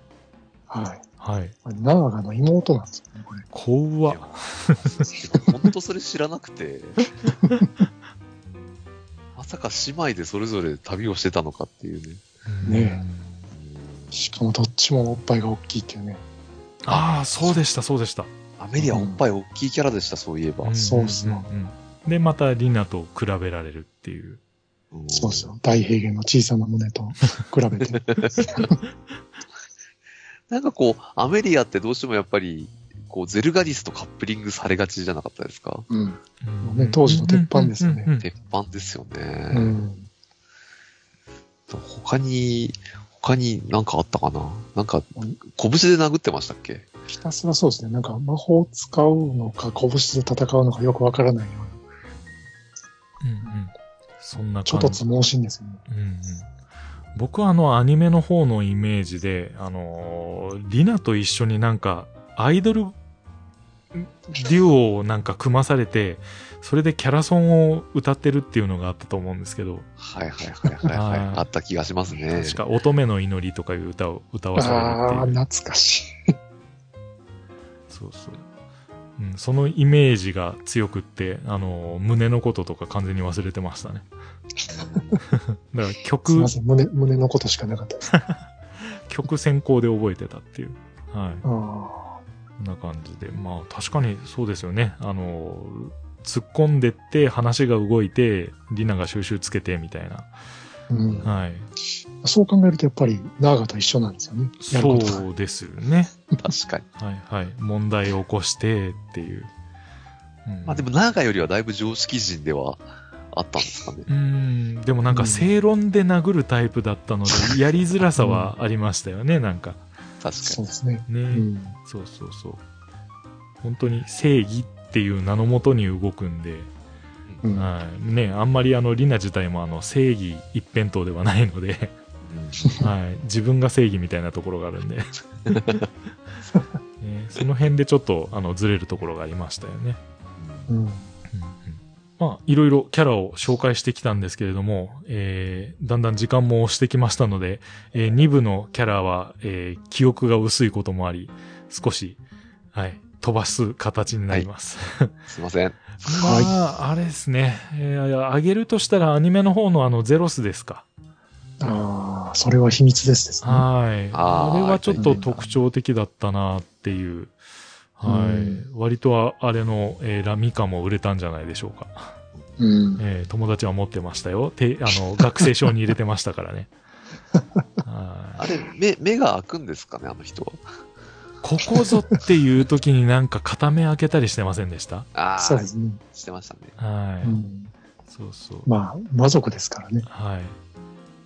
Speaker 3: はい。
Speaker 1: はい。
Speaker 3: これナーガの妹なんですよね、これ。
Speaker 1: 怖っ。
Speaker 2: 本当それ知らな くて。まさか姉妹でそれぞれ旅をしてたのかっていうね。
Speaker 3: ねしかもどっちもおっぱいが大きいっていうね。
Speaker 1: ああ、そうでした、そうでした。
Speaker 2: アメリアおっぱい大きいキャラでした、そういえば。
Speaker 1: ん
Speaker 3: そうっすね
Speaker 1: んうんで、またリナと比べられるっていう。
Speaker 3: そうですよ。大平原の小さな胸と比べて。
Speaker 2: なんかこう、アメリアってどうしてもやっぱり、こう、ゼルガニスとカップリングされがちじゃなかったですか
Speaker 3: うん。
Speaker 1: うん
Speaker 3: ね当時の鉄板ですよね
Speaker 1: うんうんうん
Speaker 2: 鉄板ですよね。
Speaker 3: うん。
Speaker 2: 他に、他になんかあったかななんか、拳で殴ってましたっけ
Speaker 3: ひたすらそうですね。なんか魔法使うのか、拳で戦うのかよくわからないような、
Speaker 1: うんうんそんな
Speaker 3: ちょ
Speaker 1: 感
Speaker 3: っと
Speaker 1: じ
Speaker 3: つ。盲信ですよね。
Speaker 1: うんうん僕はあのアニメの方のイメージで、あのーリナと一緒になんかアイドルデュオをなんか組まされて、それでキャラソンを歌ってるっていうのがあったと思うんですけど、
Speaker 2: はいはいはいはい、はい
Speaker 1: あ、ー
Speaker 2: あった気がしますね。
Speaker 1: 確か乙女の祈りとかいう歌を歌わされ
Speaker 3: あ
Speaker 1: るっ
Speaker 3: あ
Speaker 1: て
Speaker 3: ー、
Speaker 1: いう。
Speaker 3: 懐かしい。
Speaker 1: そうそう。うん、そのイメージが強くって、あのー胸のこととか完全に忘れてましたね。だから
Speaker 3: すみ
Speaker 1: 曲
Speaker 3: ま、せん。胸、胸のことしかなかったです。あ
Speaker 1: 曲先行で覚えてたっていう。はい。
Speaker 3: あ。
Speaker 1: こんな感じで。まあ確かにそうですよね。あの、突っ込んでって話が動いて、リナが収集つけてみたいな。
Speaker 3: うん。
Speaker 1: はい。
Speaker 3: そう考えるとやっぱり、ナーガと一緒なんですよね。やる
Speaker 1: そ
Speaker 3: ことが。
Speaker 1: うですよね。
Speaker 2: 確かに。
Speaker 1: はいはい。問題を起こしてっていう。うん、
Speaker 2: まあでも、ナーガよりはだいぶ常識人ではあったんですかね。
Speaker 1: うん、でもなんか正論で殴るタイプだったの で、やりづらさはありましたよね、なんか。
Speaker 2: 確か
Speaker 3: そう
Speaker 2: に。
Speaker 3: ですね。
Speaker 1: ね、
Speaker 3: うん。
Speaker 1: そうそうそう。本当に正義っていう名のもとに動くんで、
Speaker 3: うん。
Speaker 1: はい、ね、あんまりあのリナ自体もあの正義一辺倒ではないの で、はい、自分が正義みたいなところがある んで、ね、その辺でちょっとあのずれるところがありましたよね。
Speaker 3: うん。
Speaker 1: うんうんまあ、いろいろキャラを紹介してきたんですけれども、えーだんだん時間も押してきましたので、え2部のキャラは、えー記憶が薄いこともあり、少し、はい、飛ばす形になります。
Speaker 2: すいません。
Speaker 1: まあ、あれですね。えー、あげるとしたらアニメの方のあのゼロスですか。
Speaker 3: ああ、それは秘密ですですね。
Speaker 1: はい。
Speaker 2: あ
Speaker 1: あ
Speaker 2: ー
Speaker 1: れはちょっと特徴的だったなっていう。は
Speaker 3: う
Speaker 1: い。割とはあれの、えーラミカも売れたんじゃないでしょうか。
Speaker 3: うん。
Speaker 1: えー友達は持ってましたよ。てあ の学生証に入れてましたからね。は
Speaker 2: あ
Speaker 1: い
Speaker 2: れ、目、目が開くんですかね、あの人は。
Speaker 1: ここぞっていう時になんか片目開けたりしてませんでした
Speaker 2: あ
Speaker 3: そうで
Speaker 2: あ、
Speaker 3: すね。
Speaker 2: してましたね。
Speaker 1: は
Speaker 3: う
Speaker 1: い。
Speaker 3: ん。
Speaker 1: そうそう。
Speaker 3: まあ、魔族ですからね。
Speaker 1: はい。
Speaker 2: あ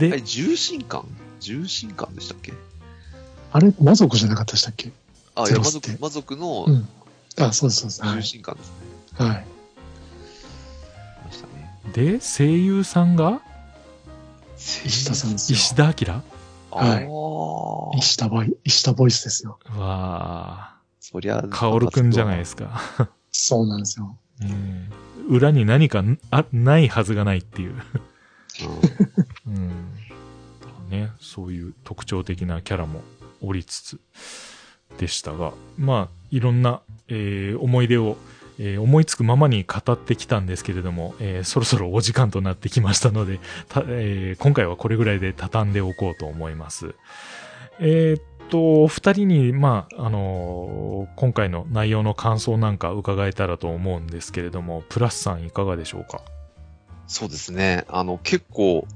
Speaker 2: れ、
Speaker 1: で、
Speaker 2: 重心感重心感でしたっけ
Speaker 3: あれ、魔族じゃなかったでしたっけ
Speaker 2: あ、い
Speaker 3: ゼ
Speaker 2: や、
Speaker 3: ロ
Speaker 2: 魔
Speaker 3: スって
Speaker 2: 族、魔族の
Speaker 3: うん。あ、そうですそう
Speaker 2: 重
Speaker 3: です。
Speaker 2: 心感ですね。
Speaker 3: はい。はい。
Speaker 2: いましたね。
Speaker 1: で、声優さんが
Speaker 3: 石田さんですよ。
Speaker 1: 石田明
Speaker 2: ああ、
Speaker 3: はい石田ボイ、石田ボイスですよ。
Speaker 1: わあ、
Speaker 2: そりゃ、
Speaker 1: カオルくんじゃないですか。
Speaker 3: そうなんですよ。
Speaker 1: うん裏に何かあないはずがないっていう。
Speaker 2: うん
Speaker 1: うん。ね、そういう特徴的なキャラもおりつつでしたが、まあ、いろんな、えー思い出を、えー思いつくままに語ってきたんですけれども、えーそろそろお時間となってきましたので、たえー今回はこれぐらいで畳んでおこうと思います。えーっと、お二人に、まあ、あのー今回の内容の感想なんか伺えたらと思うんですけれども、プラスさんいかがでしょうか
Speaker 2: そうですね。あの、結構、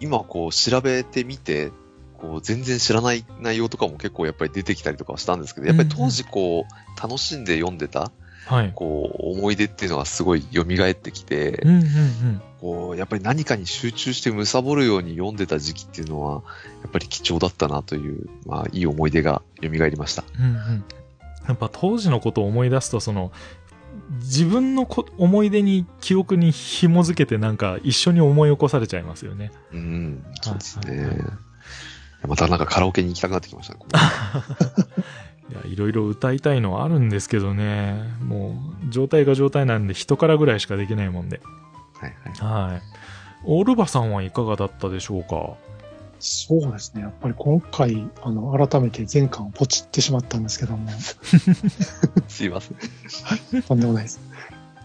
Speaker 2: 今こう調べてみて、こう全然知らない内容とかも結構やっぱり出てきたりとかはしたんですけど、やっぱり当時こう、楽しんで読んでた、
Speaker 1: はい。
Speaker 2: こう、思い出っていうのがすごい蘇ってきて
Speaker 1: う、んうんうん。
Speaker 2: こう、やっぱり何かに集中して貪るように読んでた時期っていうのは、やっぱり貴重だったなという、まあ、いい思い出が蘇りました。
Speaker 1: うんうん、やっぱ当時のことを思い出すとその自分のこ思い出に記憶に紐づけてなんか一緒に思い起こされちゃいますよね。
Speaker 2: うん、そうです
Speaker 1: はいは
Speaker 2: ね
Speaker 1: いはい。
Speaker 2: またなんかカラオケに行きたくなってきましたね。
Speaker 1: いやいろいろ歌いたいのはあるんですけどねもう状態が状態なんで人からぐらいしかできないもんで。
Speaker 2: はいはい。
Speaker 1: はいオールバさんはいかがだったでしょうか
Speaker 3: そうですね。やっぱり今回、あの、改めて全巻をポチってしまったんですけども、
Speaker 2: すいません。
Speaker 3: とんでもないです。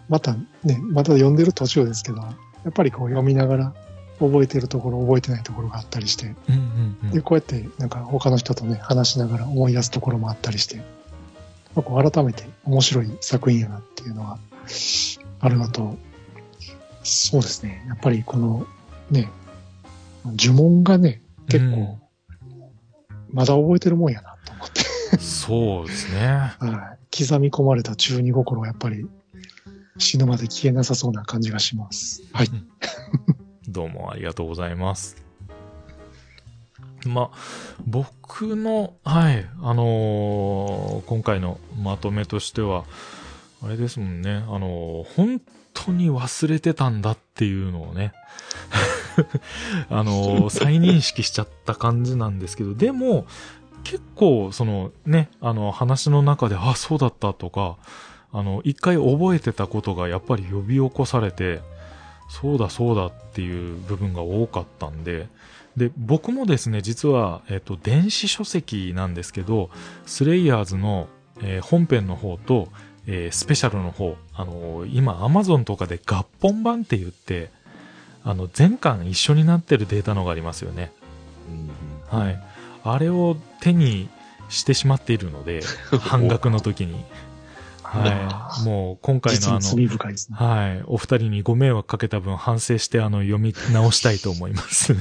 Speaker 3: またね、また読んでる途中ですけど、やっぱりこう読みながら、覚えてるところ、覚えてないところがあったりして、
Speaker 1: うんうんう
Speaker 3: で、
Speaker 1: ん。
Speaker 3: こうやってなんか他の人とね、話しながら思い出すところもあったりして、まあこう改めて面白い作品やなっていうのがあるのと、そうですね。やっぱりこの、ね、呪文がね、結構、まだ覚えてるもんやなと思って。
Speaker 1: うんそうですね。
Speaker 3: はい。刻み込まれた中二心はやっぱり死ぬまで消えなさそうな感じがします。はい。
Speaker 1: どうもありがとうございます。まあ、僕の、はい、あのー今回のまとめとしては、あれですもんね、あのー本当に忘れてたんだっていうのをね、 あのー再認識しちゃった感じなんですけど、でも、結構、そのね、あの、話の中で、あ、そうだったとか、あの、一回覚えてたことがやっぱり呼び起こされて、そうだそうだっていう部分が多かったんで、で、僕もですね、実は、えっと、電子書籍なんですけど、スレイヤーズの、えー本編の方と、えースペシャルの方、あのー今、Amazon とかで合本版って言って、あの、全巻一緒になってるデータのがありますよね。はい。あれを手にしてしまっている ので、半額の時に。 はい。もう、今回
Speaker 3: 実
Speaker 1: のあの
Speaker 3: に、罪深いですね。
Speaker 1: はい。お二人にご迷惑かけた分反省して、あの、読み直したいと思い ます。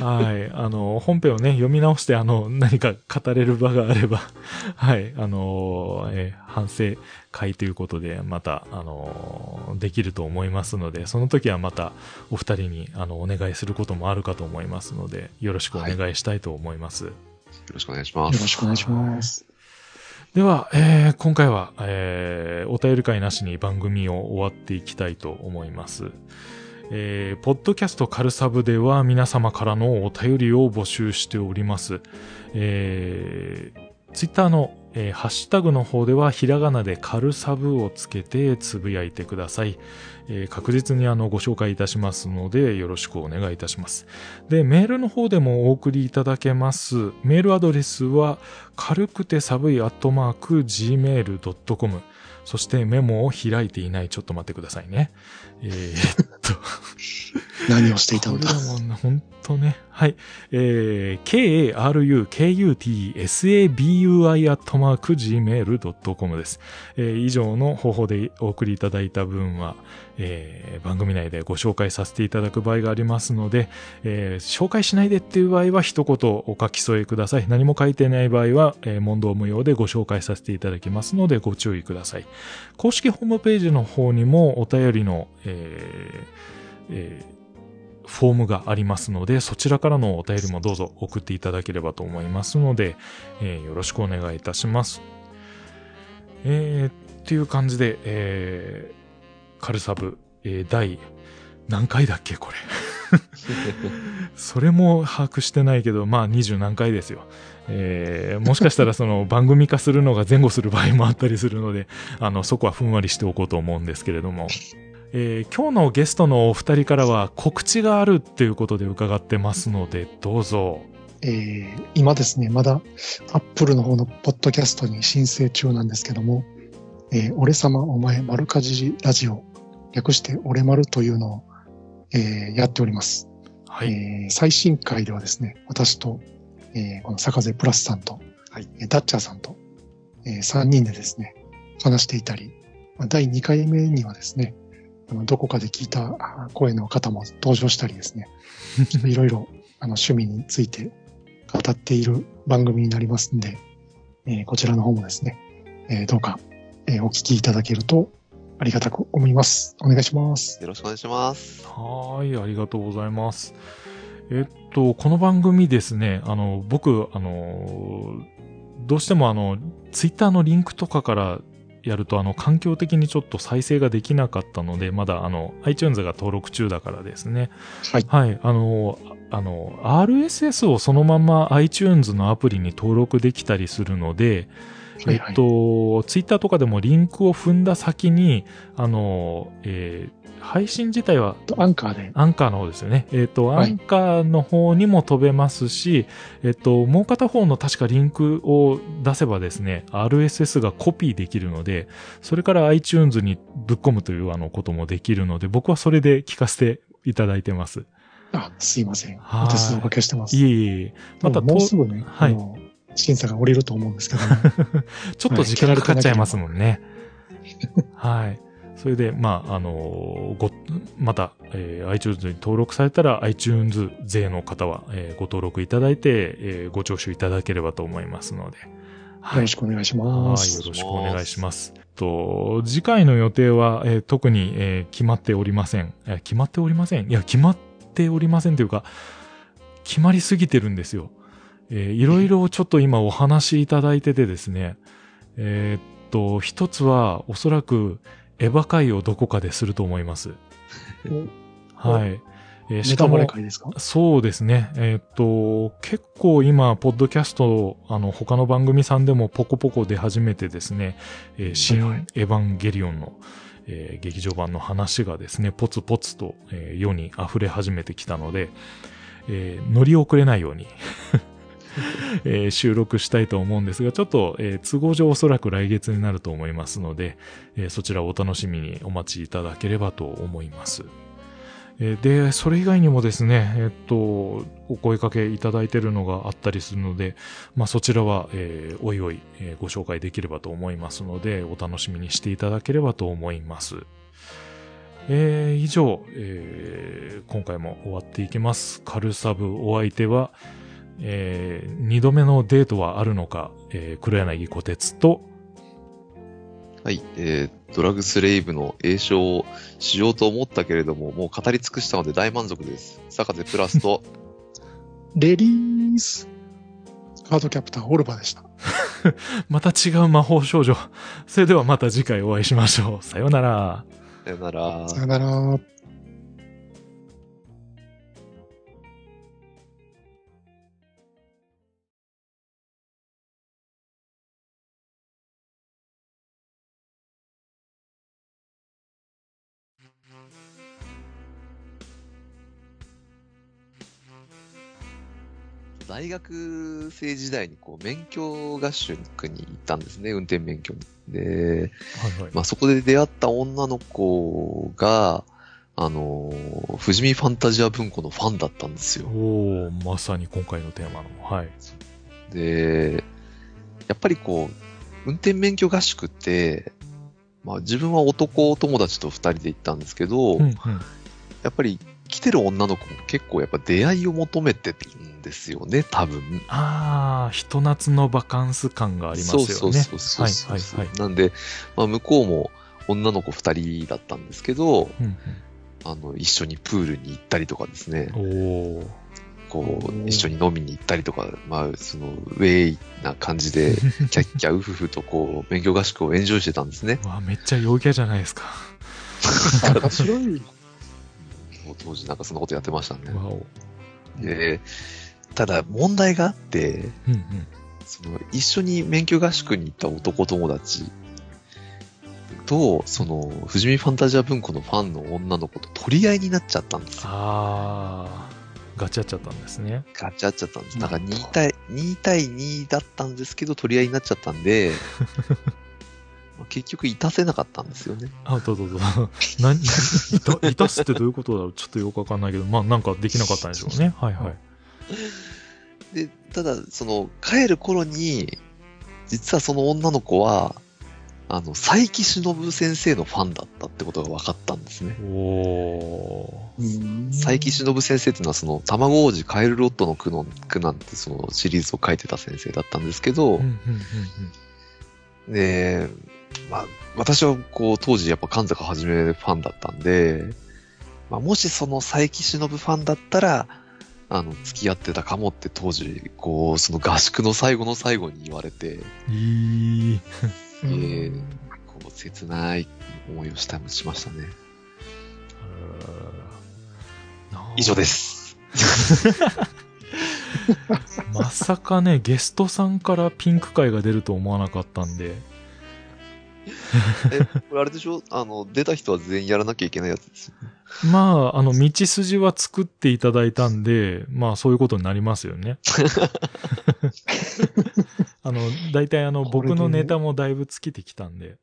Speaker 1: はい。あの、本編をね、読み直して、あの、何か語れる場があれば、 はい。あの、えー反省会ということで、また、あの、できると思いますので、その時はまた、お二人に、あの、お願いすることもあるかと思いますので、よろしくお願いしたいと思います。
Speaker 2: ろしくお願いしま
Speaker 3: よろ
Speaker 2: す。
Speaker 3: しくお願いします。
Speaker 1: では、えー今回は、えーお便り会なしに番組を終わっていきたいと思います。えーポッドキャストカルサブでは皆様からのお便りを募集しております。えー、ツイッターの、えーハッシュタグの方ではひらがなでカルサブをつけてつぶやいてください。えー確実にあのご紹介いたしますのでよろしくお願いいたします。で、メールの方でもお送りいただけます。メールアドレスは軽くて寒いアットマーク gmail.com そしてメモを開いていない。ちょっと待ってくださいね。えー、っと。
Speaker 3: 何をしていたのだ
Speaker 1: こ。れはもうね、ほんとね。はい。えー、karukutsabui.gmail.com です。えー以上の方法でお送りいただいた分は、えー番組内でご紹介させていただく場合がありますので、えー紹介しないでっていう場合は一言お書き添えください。何も書いてない場合は、えー問答無用でご紹介させていただきますのでご注意ください。公式ホームページの方にもお便りの、えーえーフォームがありますので、そちらからのお便りもどうぞ送っていただければと思いますので、えーよろしくお願いいたします。えーっていう感じで、えーカルサブ、えー第何回だっけこれ。それも把握してないけど、まあ20何回ですよ。えーもしかしたらその番組化するのが前後する場合もあったりするので、あの、そこはふんわりしておこうと思うんですけれども。えー今日のゲストのお二人からは告知があるっていうことで伺ってますので、どうぞ。
Speaker 3: えー今ですね、まだ Apple の方のポッドキャストに申請中なんですけども、えー俺様お前丸かじりラジオ、略して俺丸というのを、えーやっております。
Speaker 1: はい。
Speaker 3: えー最新回ではですね、私と、えーこの坂瀬プラスさんと、
Speaker 2: はい
Speaker 3: えーダッチャーさんと、え3人でですね、話していたり、まあ第2回目にはですね、あのどこかで聞いたあー声の方も登場したりです ね、ちょっといろいろあの趣味について語っている番組になりますんで、えーこちらの方もですね、えーどうか、えーお聞きいただけるとありがたく思います。お願いします。
Speaker 2: よろしくお願いします。
Speaker 1: はーい、ありがとうございます。えっと、この番組ですね、あの、僕、あの、どうしてもあの、ツイッターのリンクとかからやると、あの、環境的にちょっと再生ができなかったので、まだあの、iTunes が登録中だからですね。
Speaker 3: はい。
Speaker 1: はい、あの、ああの、RSS をそのまま iTunes のアプリに登録できたりするので、
Speaker 3: はいは
Speaker 1: えっ
Speaker 3: い。
Speaker 1: と、ツイッターとかでもリンクを踏んだ先に、あの、えー配信自体は
Speaker 3: アンカーで、
Speaker 1: アンカーの方ですよね。えっ、と、
Speaker 3: はい
Speaker 1: アンカーの方にも飛べますし、えっ、と、もう片方の確かリンクを出せばですね、RSS がコピーできるので、それから iTunes にぶっ込むというあのこともできるので、僕はそれで聞かせていただいてます。
Speaker 3: あ、すいません。
Speaker 1: はい
Speaker 3: お手数おかけしてます。
Speaker 1: いえいえいえ。また
Speaker 3: でももう
Speaker 1: と
Speaker 3: すぐね、
Speaker 1: はい
Speaker 3: あの審査が降りると思うんですけども、
Speaker 1: ちょっと時間がかかっちゃいますもんね。はい。それで、まあ、あのご、また、えー iTunes に登録されたら、iTunes 税の方は、えーご登録いただいて、えーご聴取いただければと思いますので。
Speaker 3: よろしくお願いし
Speaker 1: は
Speaker 3: ま
Speaker 1: い、よ
Speaker 3: す。
Speaker 1: ろしくお願いします。と次回の予定は、えー特に、えー決まっておりません、えー決まっておりませんいや、決まっておりませんというか、決まりすぎてるんですよ。えーいろいろちょっと今お話しいただいててですね、えーっと、一つはおそらくエヴァ会をどこかですると思います。はい。えー
Speaker 3: ネタバレ会ですか
Speaker 1: そうですね。えーっと、結構今、ポッドキャスト、あの、他の番組さんでもポコポコ出始めてですね、えー新
Speaker 3: はいはい
Speaker 1: エヴァンゲリオンの、えー劇場版の話がですね、ポツポツと、えー世に溢れ始めてきたので、えー乗り遅れないように、 えー収録したいと思うんですが、ちょっと、えー都合上おそらく来月になると思いますので、えーそちらをお楽しみにお待ちいただければと思います。えーで、それ以外にもですね、えーっと、お声掛けいただいてるのがあったりするので、まあ、そちらは、えーおいおい、えーご紹介できればと思いますので、お楽しみにしていただければと思います。えー以上、えー今回も終わっていきます。カルサブお相手は、えー二度目のデートはあるのか、えー黒柳小鉄と、
Speaker 2: はい、えードラグスレイブの栄唱をしようと思ったけれども、もう語り尽くしたので大満足です。坂瀬プラス と、
Speaker 3: レリースカードキャプターオルバでした。
Speaker 1: また違う魔法少女。 それではまた次回お会いしましょう。さようなら。
Speaker 2: さよなら。
Speaker 3: さよなら。
Speaker 2: 大学生時代にこう免許合宿に行ったんですね、運転免許に。で、
Speaker 1: はいはい。
Speaker 2: まあ、そこで出会った女の子が、あのー富士見ファンタジア文庫のファンだったんですよ。
Speaker 1: おーまさに今回のテーマの。はい。
Speaker 2: で、やっぱりこう、運転免許合宿って、まあ、自分は男友達と2人で行ったんですけど、
Speaker 1: うんうん。
Speaker 2: やっぱり来てる女の子も結構やっぱ出会いを求めてるんですよね、多分。
Speaker 1: ああ、ひと夏のバカンス感がありますよね。
Speaker 2: そうそうそうそうそう。
Speaker 1: はいはいはい。
Speaker 2: なんで、まあ、向こうも女の子2人だったんですけど、
Speaker 1: うん
Speaker 2: あの、一緒にプールに行ったりとかですね、
Speaker 1: うん、おー
Speaker 2: こ
Speaker 3: おー
Speaker 2: う、一緒に飲みに行ったりとか、まあ、その、ウェイな感 じで、キャッキャウフフとこう、勉強合宿をエンジョイしてたんですね。
Speaker 1: うわめっちゃ陽キャじゃないですか。
Speaker 3: 面白い。
Speaker 2: もう当時なんかそんなことやってましたね。
Speaker 1: わお。
Speaker 2: でただ、問題があって、
Speaker 1: うんうん。
Speaker 2: その一緒に免許合宿に行った男友達と、その、富士見ファンタジア文庫のファンの女の子と取り合いになっちゃったんですよ。
Speaker 1: ああ、ガチャっちゃったんですね。
Speaker 2: ガチャっちゃったんです。だから2対、2対2だったんですけど、取り合いになっちゃったんで、まあ結局、いたせなかったんですよね。
Speaker 1: あ、どうぞどう ぞ。何、いた、いたすってどういうことだろうちょっとよくわかんないけど、まあなんかできなかったんでしょうね。はいはい。
Speaker 2: で、ただ、その、帰る頃に、実はその女の子は、あの、佐伯忍先生のファンだったってことが分かったんですね。
Speaker 1: お
Speaker 2: 佐伯忍先生っていうのは、その、卵王子カエルロットの苦の苦なんて、そのシリーズを書いてた先生だったんですけ
Speaker 1: ー。
Speaker 2: ど
Speaker 1: うんう、んうん
Speaker 2: で、まあ、私はこう、当時やっぱ神坂はじめファンだったんで、まあ、もしその佐伯忍ファンだったら、あの、付き合ってたかもって当時、こう、その合宿の最後の最後に言われて、
Speaker 1: うん。いい。
Speaker 3: う
Speaker 2: え
Speaker 3: ん
Speaker 2: ーこう、切ない思いをした、しましたね。
Speaker 1: あー
Speaker 2: 以上で。す。
Speaker 1: まさかね、ゲストさんからピンク会が出ると思わなかったんで。
Speaker 2: え、これあれでしょあの、出た人は全員やらなきゃいけないやつですよ。
Speaker 1: まあ、あの、道筋は作っていただいたんで、まあ、そういうことになりますよね。あの、大体あの、
Speaker 3: こ
Speaker 1: 僕
Speaker 3: れでね
Speaker 1: のネタもだいぶ尽きてきたんで、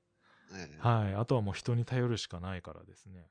Speaker 2: ね
Speaker 1: はい。あとはもう人に頼るしかないからですね。